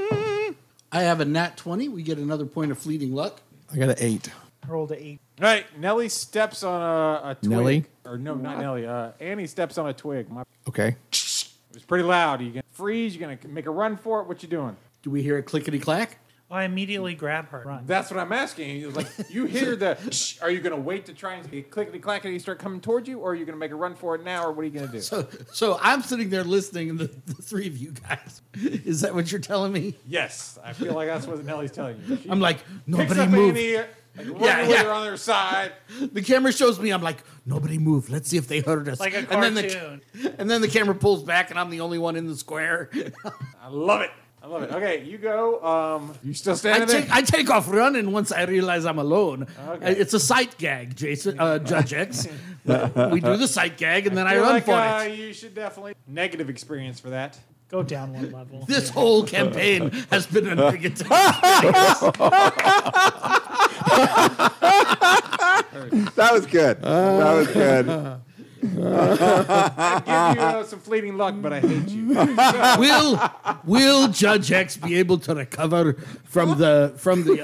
[SPEAKER 3] I have a nat twenty. We get another point of fleeting luck.
[SPEAKER 5] I got an eight.
[SPEAKER 6] Roll to eight.
[SPEAKER 2] All right. Nelly steps on a, a twig.
[SPEAKER 5] Nelly?
[SPEAKER 2] Or no, not Nelly. Uh, Annie steps on a twig. My, it
[SPEAKER 5] Okay.
[SPEAKER 2] was pretty loud. Are you gonna freeze? You gonna make a run for it? What you doing?
[SPEAKER 3] Do we hear a clickety clack?
[SPEAKER 6] Oh, I immediately grab her. Run.
[SPEAKER 2] That's what I'm asking. It's Like you hear the, [LAUGHS] are you gonna wait to try and clickety clackety start coming towards you, or are you gonna make a run for it now, or what are you gonna do?
[SPEAKER 3] So, [LAUGHS] so I'm sitting there listening, and the, the three of you guys. [LAUGHS] Is that what you're telling me?
[SPEAKER 2] Yes, I feel like that's what Nelly's telling you. She
[SPEAKER 3] I'm like
[SPEAKER 2] picks
[SPEAKER 3] [LAUGHS] nobody
[SPEAKER 2] up
[SPEAKER 3] move.
[SPEAKER 2] Annie, like one
[SPEAKER 3] Yeah,
[SPEAKER 2] yeah,
[SPEAKER 3] yeah.
[SPEAKER 2] on their side.
[SPEAKER 3] The camera shows me. I'm like nobody move. Let's see if they heard us.
[SPEAKER 6] Like a
[SPEAKER 3] And then, the, and then the camera pulls back, and I'm the only one in the square.
[SPEAKER 2] [LAUGHS] I love it. I love it. Okay, you go. Um, you still
[SPEAKER 3] I
[SPEAKER 2] standing
[SPEAKER 3] take,
[SPEAKER 2] there?
[SPEAKER 3] I take off running once I realize I'm alone.
[SPEAKER 2] Okay.
[SPEAKER 3] Uh, It's a sight gag, Jason, uh,
[SPEAKER 2] [LAUGHS]
[SPEAKER 3] Judge X. we do the sight gag, and then I,
[SPEAKER 2] feel
[SPEAKER 3] run
[SPEAKER 2] like,
[SPEAKER 3] for
[SPEAKER 2] uh,
[SPEAKER 3] it.
[SPEAKER 2] You should definitely negative experience for that.
[SPEAKER 6] Go down one level.
[SPEAKER 3] This whole campaign has been
[SPEAKER 2] [LAUGHS]
[SPEAKER 3] a negative.
[SPEAKER 4] That was good. that was good.
[SPEAKER 2] Give you uh, some fleeting luck, but I hate you.
[SPEAKER 3] will Will Judge X be able to recover from the from the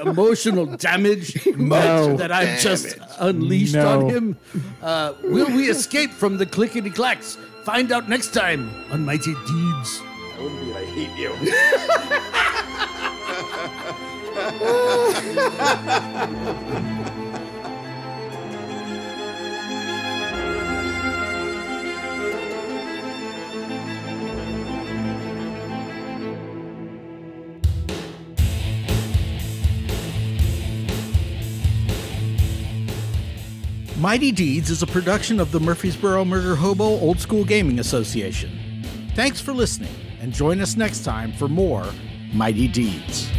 [SPEAKER 8] [LAUGHS]
[SPEAKER 3] emotional damage that, that I've just unleashed on him? Uh, will we escape from the clickety clacks? Find out next time on Mighty Deeds.
[SPEAKER 4] I wouldn't be. I hate you.
[SPEAKER 8] Mighty Deeds is a production of the Murfreesboro Murder Hobo Old School Gaming Association. Thanks for listening, and join us next time for more Mighty Deeds.